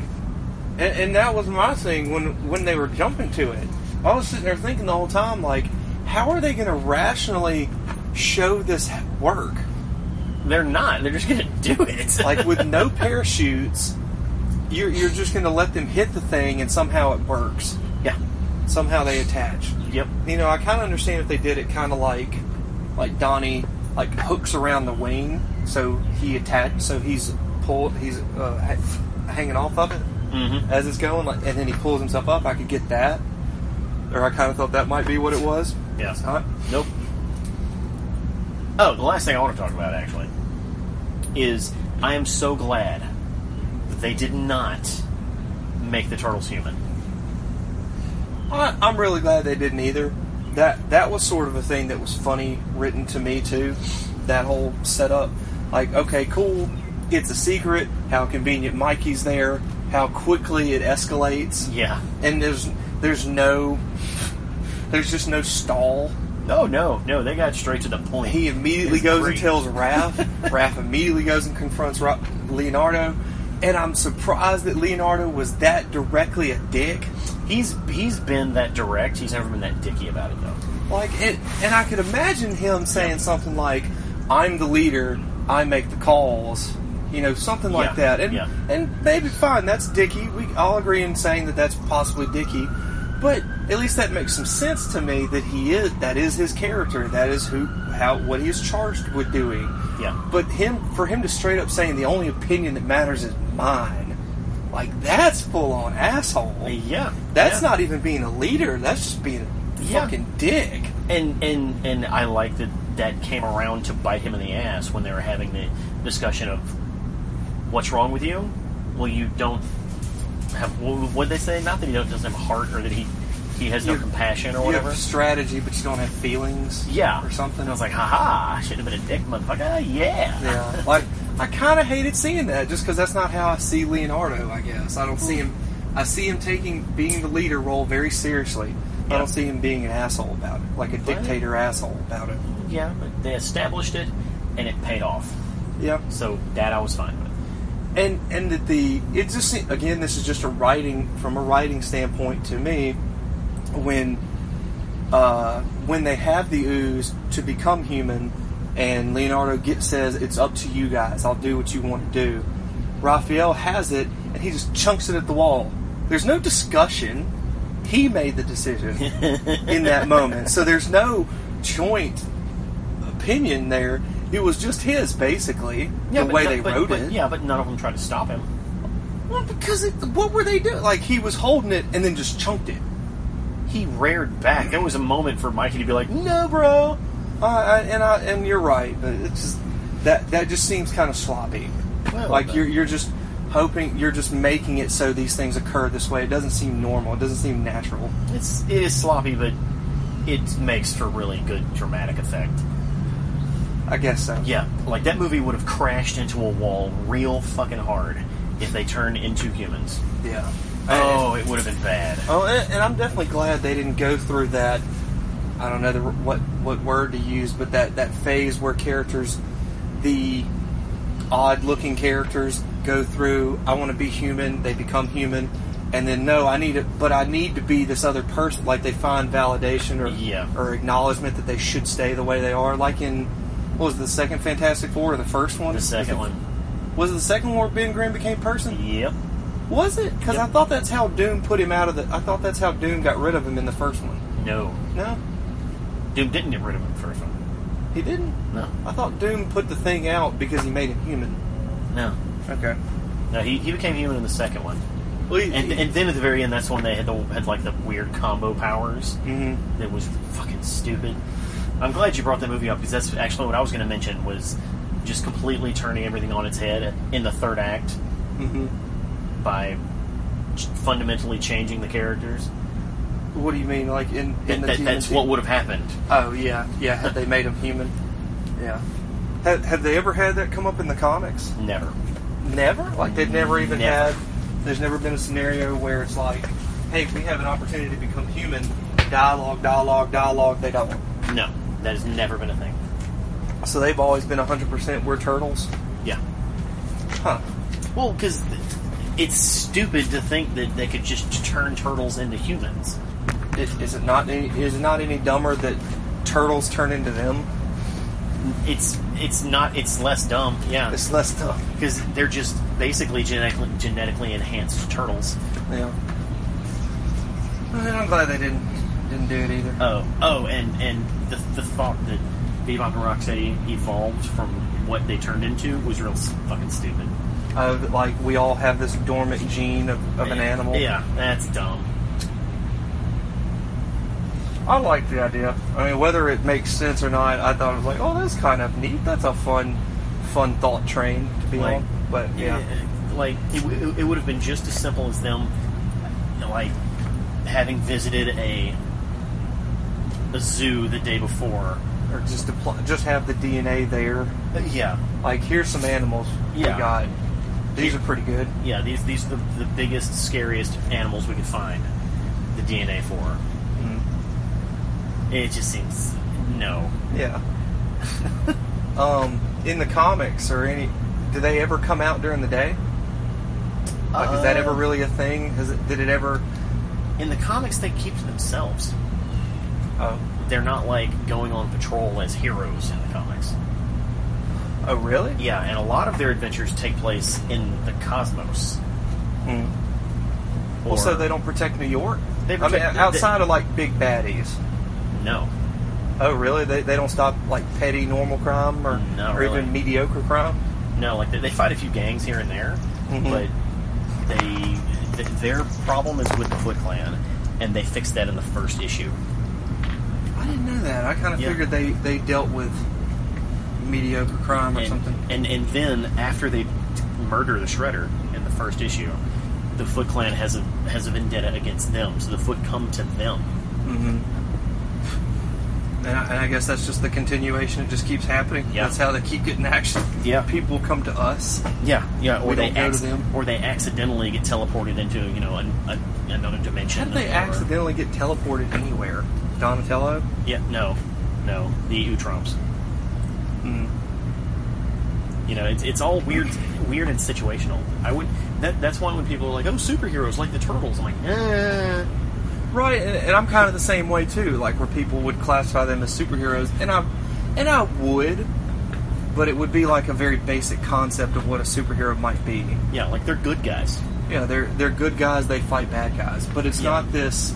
Speaker 3: and, and that was my thing when when they were jumping to it. I was sitting there thinking the whole time, like, how are they going to rationally show this work?
Speaker 2: They're not. They're just going to do it.
Speaker 3: Like with no parachutes, you're, you're just going to let them hit the thing and somehow it works.
Speaker 2: yeah.
Speaker 3: Somehow they attach.
Speaker 2: Yep.
Speaker 3: You know, I kind of understand if they did it kind of like, like Donnie, like hooks around the wing, so he attach, so he's pulled, he's uh, ha- hanging off of it as it's going, like, and then he pulls himself up. I could get that, or I kind of thought that might be what it was.
Speaker 2: Yeah.
Speaker 3: It's not.
Speaker 2: Nope. Oh, the last thing I want to talk about actually is I am so glad that they did not make the turtles human.
Speaker 3: I, I'm really glad they didn't either. That that was sort of a thing that was funny written to me too. That whole setup, like, okay, cool, it's a secret. How convenient Mikey's there. How quickly it escalates.
Speaker 2: Yeah.
Speaker 3: And there's there's no there's just no stall.
Speaker 2: No, Oh, no, no. They got straight to the point.
Speaker 3: He immediately
Speaker 2: It's
Speaker 3: goes
Speaker 2: great.
Speaker 3: and tells Raph. Raph immediately goes and confronts Ra- Leonardo. And I'm surprised that Leonardo was that directly a dick.
Speaker 2: He's he's been that direct. He's never been that dicky about it though.
Speaker 3: Like, it, and I could imagine him saying something like, "I'm the leader. I make the calls." You know, something like
Speaker 2: Yeah,
Speaker 3: that. And
Speaker 2: yeah.
Speaker 3: and maybe fine. That's dicky. We all agree in saying that that's possibly dicky. But at least that makes some sense to me that he is that is his character. That is who how what he is charged with doing.
Speaker 2: Yeah.
Speaker 3: But him for him to straight up saying the only opinion that matters is mine. Like that's full on asshole.
Speaker 2: Yeah.
Speaker 3: That's
Speaker 2: yeah.
Speaker 3: not even being a leader. That's just being a
Speaker 2: Yeah.
Speaker 3: fucking dick.
Speaker 2: And and and I like that that came around to bite him in the ass when they were having the discussion of what's wrong with you. Well, you don't have what they say. Not that he don't, doesn't have a heart or that he he has no
Speaker 3: You-
Speaker 2: compassion or
Speaker 3: You have
Speaker 2: whatever.
Speaker 3: a strategy, but you don't have feelings.
Speaker 2: Yeah.
Speaker 3: or something.
Speaker 2: I was like, haha, I should have been a dick, motherfucker. Yeah.
Speaker 3: yeah, like I kind of hated seeing that, just because that's not how I see Leonardo. I guess I don't see him. I see him taking being the leader role very seriously. I
Speaker 2: Yeah.
Speaker 3: don't see him being an asshole about it, like a dictator asshole about it.
Speaker 2: Yeah, but they established it and it paid off.
Speaker 3: Yep.
Speaker 2: So that I was fine with.
Speaker 3: and and that the it just se- again this is just a writing from a writing standpoint to me when uh, when they have the ooze to become human and Leonardo get, says it's up to you guys I'll do what you want to do Raphael has it and he just chunks it at the wall there's no discussion he made the decision in that moment so there's no joint opinion there it was just his basically the
Speaker 2: but
Speaker 3: way
Speaker 2: no-
Speaker 3: they
Speaker 2: but-
Speaker 3: wrote
Speaker 2: but-
Speaker 3: it
Speaker 2: Yeah, but none of them tried to stop him.
Speaker 3: well, because it, what were they doing? Like he was holding it and then just chunked it.
Speaker 2: He reared back. There was a moment for Mikey to be like, no, bro.
Speaker 3: Uh, I, and I, and you're right, but it's just that that just seems kind of sloppy.
Speaker 2: Well,
Speaker 3: like
Speaker 2: but-
Speaker 3: you're you're just hoping you're just making it so these things occur this way. It doesn't seem normal. It doesn't seem natural.
Speaker 2: It's, it is sloppy, but it makes for really good dramatic effect.
Speaker 3: I guess so.
Speaker 2: Yeah, like that movie would have crashed into a wall real fucking hard if they turned into humans.
Speaker 3: Yeah.
Speaker 2: Oh, it would have been bad.
Speaker 3: Oh, and, and I'm definitely glad they didn't go through that. I don't know the, what what word to use, but that that phase where characters, the odd looking characters, go through. I want to be human. They become human, and then no, I need it, but I need to be this other person. Like they find validation or
Speaker 2: Yeah.
Speaker 3: or acknowledgement that they should stay the way they are. Like in what was it, the second Fantastic Four or the first one?
Speaker 2: The second
Speaker 3: was it,
Speaker 2: one.
Speaker 3: was it the second one where Ben Grimm became person?
Speaker 2: Yep.
Speaker 3: Was it? Because
Speaker 2: Yep.
Speaker 3: I thought that's how Doom put him out of the. I thought that's how Doom got rid of him in the first one.
Speaker 2: No.
Speaker 3: No,
Speaker 2: Doom didn't get rid of him first one.
Speaker 3: he didn't.
Speaker 2: No.
Speaker 3: I thought Doom put the thing out because he made him human.
Speaker 2: No.
Speaker 3: Okay.
Speaker 2: No, he, he became human in the second one.
Speaker 3: Well, he,
Speaker 2: And,
Speaker 3: he-
Speaker 2: and then at the very end, that's when they had the had like the weird combo powers
Speaker 3: Mhm.
Speaker 2: that was fucking stupid. I'm glad you brought that movie up because that's actually what I was going to mention was just completely turning everything on its head in the third act
Speaker 3: Mm-hmm.
Speaker 2: by ch- fundamentally changing the characters.
Speaker 3: what do you mean? Like in in
Speaker 2: That-
Speaker 3: the
Speaker 2: that-
Speaker 3: human
Speaker 2: that's
Speaker 3: team?
Speaker 2: what would have happened.
Speaker 3: Oh yeah, yeah. Had they made him human? Yeah. Have, have they ever had that come up in the comics?
Speaker 2: Never.
Speaker 3: Never. Like they've never even
Speaker 2: Never.
Speaker 3: had. There's never been a scenario where it's like, hey, we have an opportunity to become human. Dialogue, dialogue, dialogue. They don't.
Speaker 2: No, that has never been a thing.
Speaker 3: So they've always been 100% we're turtles.
Speaker 2: Yeah.
Speaker 3: Huh.
Speaker 2: Well, because it's stupid to think that they could just turn turtles into humans.
Speaker 3: Is, is it not any, is it not any dumber that turtles turn into them?
Speaker 2: it's it's not it's less dumb. Yeah,
Speaker 3: It's less tough.
Speaker 2: because they're just basically genetically genetically enhanced turtles.
Speaker 3: Yeah. I'm glad they didn't didn't do it either.
Speaker 2: Oh, oh, and and the, the thought that Bebop and Rocksteady evolved from what they turned into was real s- fucking stupid.
Speaker 3: Of like we all have this dormant gene of, of an animal.
Speaker 2: Yeah, that's dumb.
Speaker 3: I like the idea. I mean, whether it makes sense or not, I thought it was like, oh, that's kind of neat. That's a fun, fun thought train to be
Speaker 2: Like,
Speaker 3: on. But yeah,
Speaker 2: like it, w- it would have been just as simple as them, like having visited a a zoo the day before.
Speaker 3: or just to pl- just have the DNA there.
Speaker 2: Uh, Yeah,
Speaker 3: Like, here's some animals
Speaker 2: Yeah.
Speaker 3: we got. These are pretty good.
Speaker 2: yeah. These these are the, the biggest, scariest animals we could find. The DNA for. It just seems no.
Speaker 3: Yeah. um, in the comics or any, do they ever come out during the day? Like, is that
Speaker 2: Uh,
Speaker 3: ever really a thing? Has it, did it ever?
Speaker 2: In the comics, they keep to themselves.
Speaker 3: Oh,
Speaker 2: They're not like going on patrol as heroes in the comics.
Speaker 3: oh, really?
Speaker 2: Yeah, and a lot of their adventures take place in the cosmos.
Speaker 3: Hmm.
Speaker 2: Or-
Speaker 3: Well, Oh, so they don't protect New York.
Speaker 2: Mm. They
Speaker 3: I
Speaker 2: protect-
Speaker 3: mean, outside of like big baddies.
Speaker 2: no.
Speaker 3: Oh, really? They, they don't stop like petty normal crime or,
Speaker 2: Not
Speaker 3: or
Speaker 2: really.
Speaker 3: even mediocre crime?
Speaker 2: No, like they, they fight a few gangs here and there,
Speaker 3: Mhm.
Speaker 2: but they th- their problem is with the Foot Clan, and they fixed that in the first issue.
Speaker 3: I didn't know that. I kind of
Speaker 2: Yeah.
Speaker 3: figured they, they dealt with mediocre crime or
Speaker 2: and,
Speaker 3: something.
Speaker 2: And and then after they t- murder the Shredder in the first issue, the Foot Clan has a has a vendetta against them, so the Foot come to them.
Speaker 3: And I, and I guess that's just the continuation. It just keeps happening.
Speaker 2: Yeah.
Speaker 3: That's how they keep getting action.
Speaker 2: Yeah.
Speaker 3: People come to us.
Speaker 2: Yeah, yeah. Or
Speaker 3: We
Speaker 2: they
Speaker 3: don't go to
Speaker 2: acc-
Speaker 3: them.
Speaker 2: or they accidentally get teleported into you know an, a, another dimension.
Speaker 3: How did they
Speaker 2: or-
Speaker 3: accidentally get teleported anywhere? Donatello?
Speaker 2: Yeah, no, no. The Utrumps. You know, it's, it's all weird, weird and situational. I would. That, that's why when people are like, "Oh, superheroes like the Turtles," I'm like, eh.
Speaker 3: Right, and, and I'm kind of the same way too. Like where people would classify them as superheroes, and I, and I would, but it would be like a very basic concept of what a superhero might be.
Speaker 2: yeah, like they're good guys.
Speaker 3: Yeah, they're they're good guys. They fight bad guys, but it's
Speaker 2: Yeah.
Speaker 3: not this.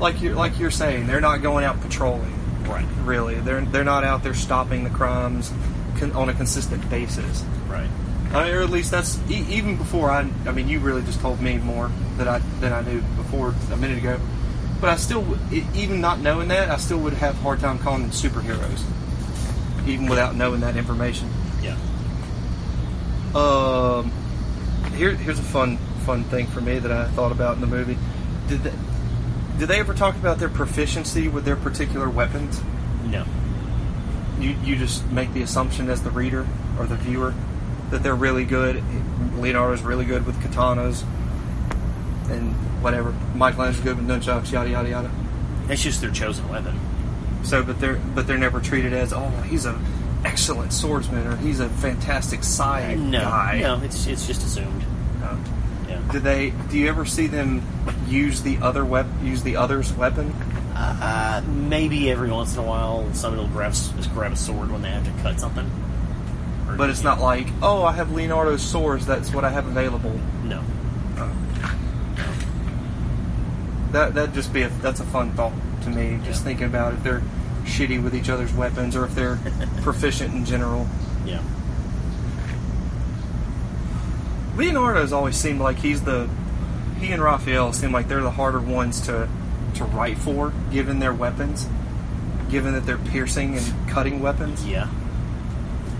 Speaker 3: Like you're like you're saying, they're not going out patrolling.
Speaker 2: Right.
Speaker 3: Really, they're they're not out there stopping the crimes con- on a consistent basis.
Speaker 2: Right.
Speaker 3: I mean, or at least that's e- even before I. I mean, you really just told me more that I than I knew before a minute ago. But I still, w- e- even not knowing that, I still would have a hard time calling them superheroes, even without knowing that information.
Speaker 2: Yeah.
Speaker 3: Um, here, here's a fun fun thing for me that I thought about in the movie. Did they, did they ever talk about their proficiency with their particular weapons?
Speaker 2: No.
Speaker 3: you, you just make the assumption as the reader or the viewer that they're really good. Leonardo's really good with katanas and whatever. Michelangelo's good with nunchucks, yada yada yada.
Speaker 2: That's just their chosen weapon.
Speaker 3: So, but they're but they're never treated as oh he's an excellent swordsman or he's a fantastic sci
Speaker 2: No.
Speaker 3: guy.
Speaker 2: No. It's it's just assumed.
Speaker 3: No.
Speaker 2: Yeah.
Speaker 3: Do they? Do you ever see them use the other wep- use the other's weapon?
Speaker 2: Uh, maybe every once in a while, somebody will grab s- just grab a sword when they have to cut something. Or-
Speaker 3: But it's not like oh I have Leonardo's swords. That's what I have available.
Speaker 2: No.
Speaker 3: That that'd just be a that's a fun thought to me. Just
Speaker 2: Yeah.
Speaker 3: thinking about if they're shitty with each other's weapons or if they're proficient in general.
Speaker 2: Yeah.
Speaker 3: Leonardo's always seemed like he's the he and Raphael seem like they're the harder ones to to write for, given their weapons, given that they're piercing and cutting weapons.
Speaker 2: Yeah.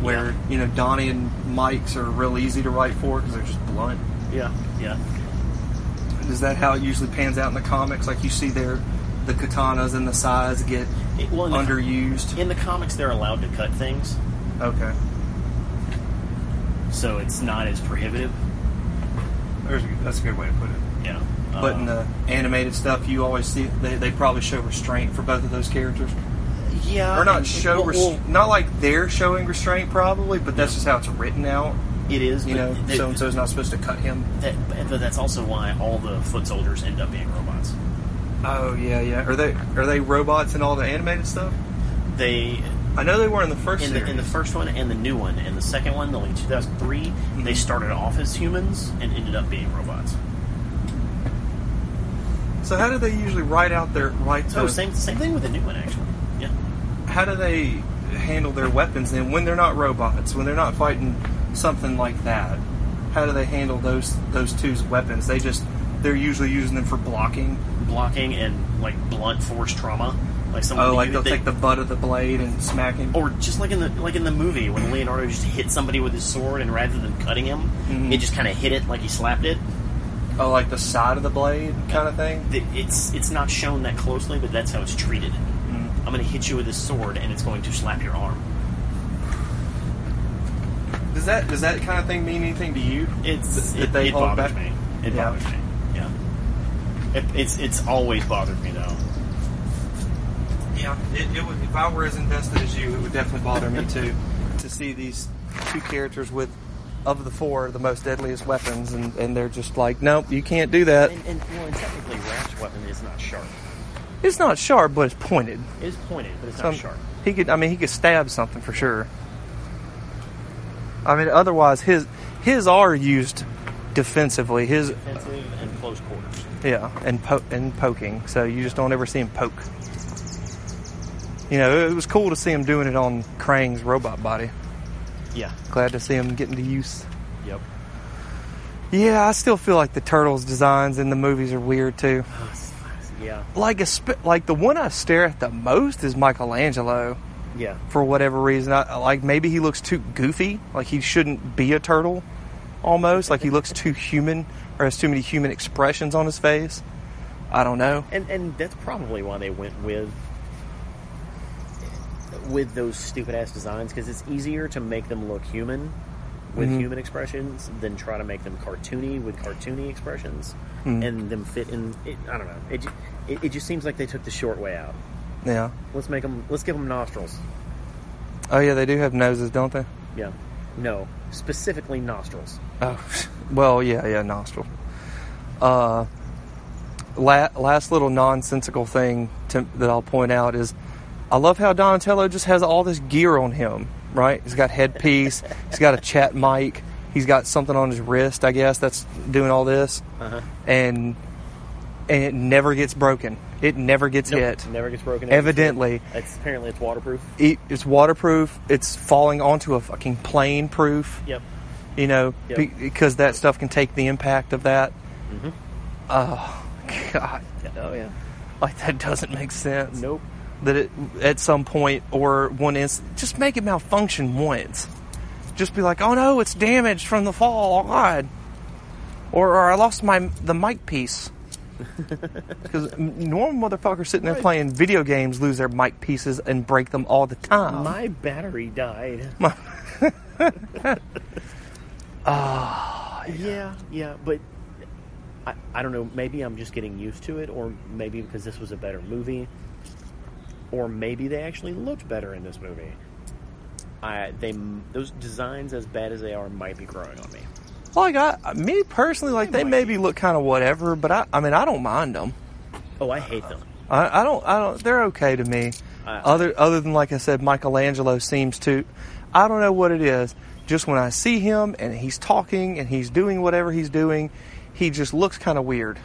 Speaker 3: Where you know Donnie and Mike's are real easy to write for because they're just blunt.
Speaker 2: Yeah. Yeah.
Speaker 3: Is that how it usually pans out in the comics? Like you see their the katanas and the size get
Speaker 2: It- well, in the-
Speaker 3: underused.
Speaker 2: In the comics, they're allowed to cut things,
Speaker 3: Okay.
Speaker 2: so it's not as prohibitive.
Speaker 3: There's a, that's a good way to put it.
Speaker 2: Yeah.
Speaker 3: But in
Speaker 2: Uh,
Speaker 3: the animated stuff, you always see they, they probably show restraint for both of those characters,
Speaker 2: yeah,
Speaker 3: or not
Speaker 2: and-
Speaker 3: show
Speaker 2: well,
Speaker 3: res-
Speaker 2: well,
Speaker 3: not like they're showing restraint probably, but that's just how it's written out.
Speaker 2: it is.
Speaker 3: You
Speaker 2: but
Speaker 3: know,
Speaker 2: th-
Speaker 3: so and so's not supposed to cut him.
Speaker 2: that, but that's also why all the foot soldiers end up being robots.
Speaker 3: Oh yeah, yeah. Are they are they robots in all the animated stuff?
Speaker 2: They
Speaker 3: I know they were in the first
Speaker 2: in the, in the
Speaker 3: series.
Speaker 2: first one and the new one. And the second one, the late 2003,
Speaker 3: Mm-hmm.
Speaker 2: they started off as humans and ended up being robots.
Speaker 3: So how do they usually write out their right to?
Speaker 2: Oh, same same thing with the new one actually. Yeah,
Speaker 3: How do they handle their weapons then when they're not robots? When they're not fighting something like that? How do they handle those those two's weapons? They just they're usually using them for blocking.
Speaker 2: blocking and like blunt force trauma. Like someone
Speaker 3: Oh, like
Speaker 2: you-
Speaker 3: they'll
Speaker 2: they-
Speaker 3: take the butt of the blade and smack him.
Speaker 2: or just like in the like in the movie when Leonardo just hit somebody with his sword and rather than cutting him,
Speaker 3: Mhm.
Speaker 2: it just kind of hit it like he slapped it.
Speaker 3: Oh, like the side of the blade kind of thing.
Speaker 2: Th- It's it's not shown that closely, but that's how it's treated. I'm going to hit you with this sword and it's going to slap your arm.
Speaker 3: Does that does that kind of thing mean anything to you?
Speaker 2: It's
Speaker 3: That
Speaker 2: it,
Speaker 3: they
Speaker 2: it
Speaker 3: hold
Speaker 2: bothers
Speaker 3: back?
Speaker 2: me. It
Speaker 3: Yeah.
Speaker 2: bothers me. Yeah. It, it's it's always bothered me though.
Speaker 3: Yeah, it, it would, if I were as invested as you, it would definitely bother me too to see these two characters with of the four the most deadliest weapons, and, and they're just like, nope, you can't do that.
Speaker 2: And, and, well, and technically, Raph's weapon is not sharp.
Speaker 3: It's not sharp, but it's pointed.
Speaker 2: It is pointed, but it's
Speaker 3: Some-
Speaker 2: not sharp.
Speaker 3: He could, I mean, he could stab something for sure. I mean, otherwise his his are used defensively. His
Speaker 2: Defensive and close quarters.
Speaker 3: Yeah, and po- and poking. So you just don't ever see him poke. You know, it was cool to see him doing it on Krang's robot body.
Speaker 2: Yeah.
Speaker 3: Glad to see him getting to use.
Speaker 2: Yep.
Speaker 3: Yeah, I still feel like the turtles designs in the movies are weird too.
Speaker 2: Yeah.
Speaker 3: Like a sp- like the one I stare at the most is Michelangelo
Speaker 2: Yeah.
Speaker 3: for whatever reason. I, like maybe he looks too goofy, like he shouldn't be a turtle almost, like he looks too human or has too many human expressions on his face. I don't know.
Speaker 2: and and that's probably why they went with with those stupid ass designs because it's easier to make them look human with human expressions than try to make them cartoony with cartoony expressions and them fit in it, i don't know it, ju- it, it just seems like they took the short way out
Speaker 3: Yeah.
Speaker 2: let's make them let's give them nostrils
Speaker 3: Oh yeah, they do have noses, don't they?
Speaker 2: yeah no specifically nostrils
Speaker 3: Oh, well, yeah, yeah, nostril. Uh, la- last little nonsensical thing to, that I'll point out is, I love how Donatello just has all this gear on him. Right, he's got headpiece, he's got a chat mic, he's got something on his wrist. I guess that's doing all this,
Speaker 2: Uh-huh.
Speaker 3: and and it never gets broken. It never gets
Speaker 2: Nope,
Speaker 3: hit.
Speaker 2: never gets broken
Speaker 3: Evidently,
Speaker 2: it's apparently it's waterproof
Speaker 3: it, it's waterproof. It's falling onto a fucking plane proof
Speaker 2: yep
Speaker 3: you know,
Speaker 2: Yep. Mm-hmm.
Speaker 3: be- because that stuff can take the impact of that. Oh, God.
Speaker 2: oh yeah
Speaker 3: Like, that doesn't make sense.
Speaker 2: nope
Speaker 3: That it, at some point or one is just make it malfunction once. Just be like, oh no, it's damaged from the fall. Oh, God. Or, or I lost my the mic piece. Because normal motherfuckers sitting there playing video games lose their mic pieces and break them all the time.
Speaker 2: my battery died Yeah, yeah, but I, I don't know. Maybe I'm just getting used to it, or maybe because this was a better movie, or maybe they actually looked better in this movie. I they m- those designs, as bad as they are, might be growing on me.
Speaker 3: Like I, me personally, like they maybe look kind of whatever, but I, I mean, I don't mind them.
Speaker 2: Oh, I hate them.
Speaker 3: I, I don't, I don't. They're okay to me.
Speaker 2: I-
Speaker 3: other, other than like I said, Michelangelo seems to. I don't know what it is. Just when I see him and he's talking and he's doing whatever he's doing, he just looks kind of weird.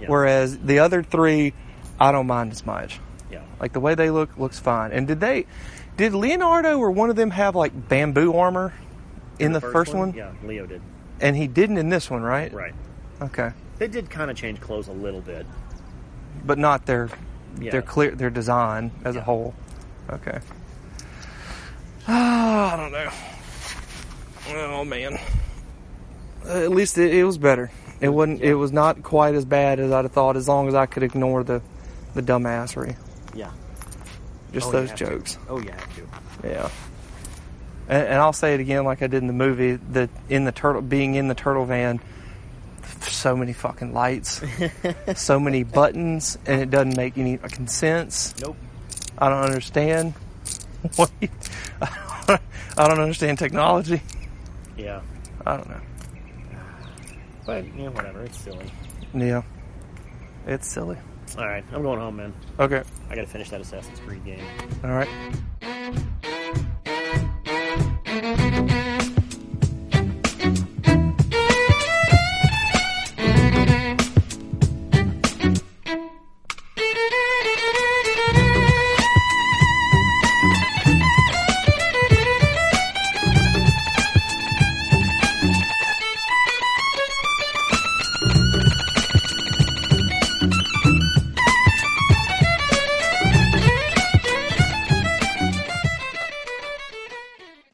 Speaker 2: Yeah.
Speaker 3: Whereas the other three, I don't mind as much.
Speaker 2: Yeah,
Speaker 3: Like the way they look looks fine. And did they, did Leonardo or one of them have like bamboo armor in, the, first, one?
Speaker 2: yeah, Leo did.
Speaker 3: And he didn't in this one, right?
Speaker 2: Right,
Speaker 3: Okay.
Speaker 2: they did kind of change clothes a little bit.
Speaker 3: but not their
Speaker 2: Yeah.
Speaker 3: their clear their design as a whole. Okay. Ah, I don't know. Oh man. At least it, it was better. It wasn't. It was not quite as bad as I'd have thought. As long as I could ignore the the dumbassery,
Speaker 2: Yeah.
Speaker 3: just
Speaker 2: Oh, you
Speaker 3: those
Speaker 2: have to.
Speaker 3: jokes.
Speaker 2: Oh, you have to.
Speaker 3: Yeah. And, and I'll say it again, like I did in the movie, that in the turtle, being in the turtle van, so many fucking lights, so many buttons, and it doesn't make any uh, fucking sense.
Speaker 2: Nope.
Speaker 3: I don't understand. What? you- I don't understand technology.
Speaker 2: Yeah,
Speaker 3: I don't know.
Speaker 2: but yeah, whatever. It's silly.
Speaker 3: Yeah, it's silly.
Speaker 2: All right, I'm going home, man.
Speaker 3: Okay.
Speaker 2: I got to finish that Assassin's Creed game.
Speaker 3: All right.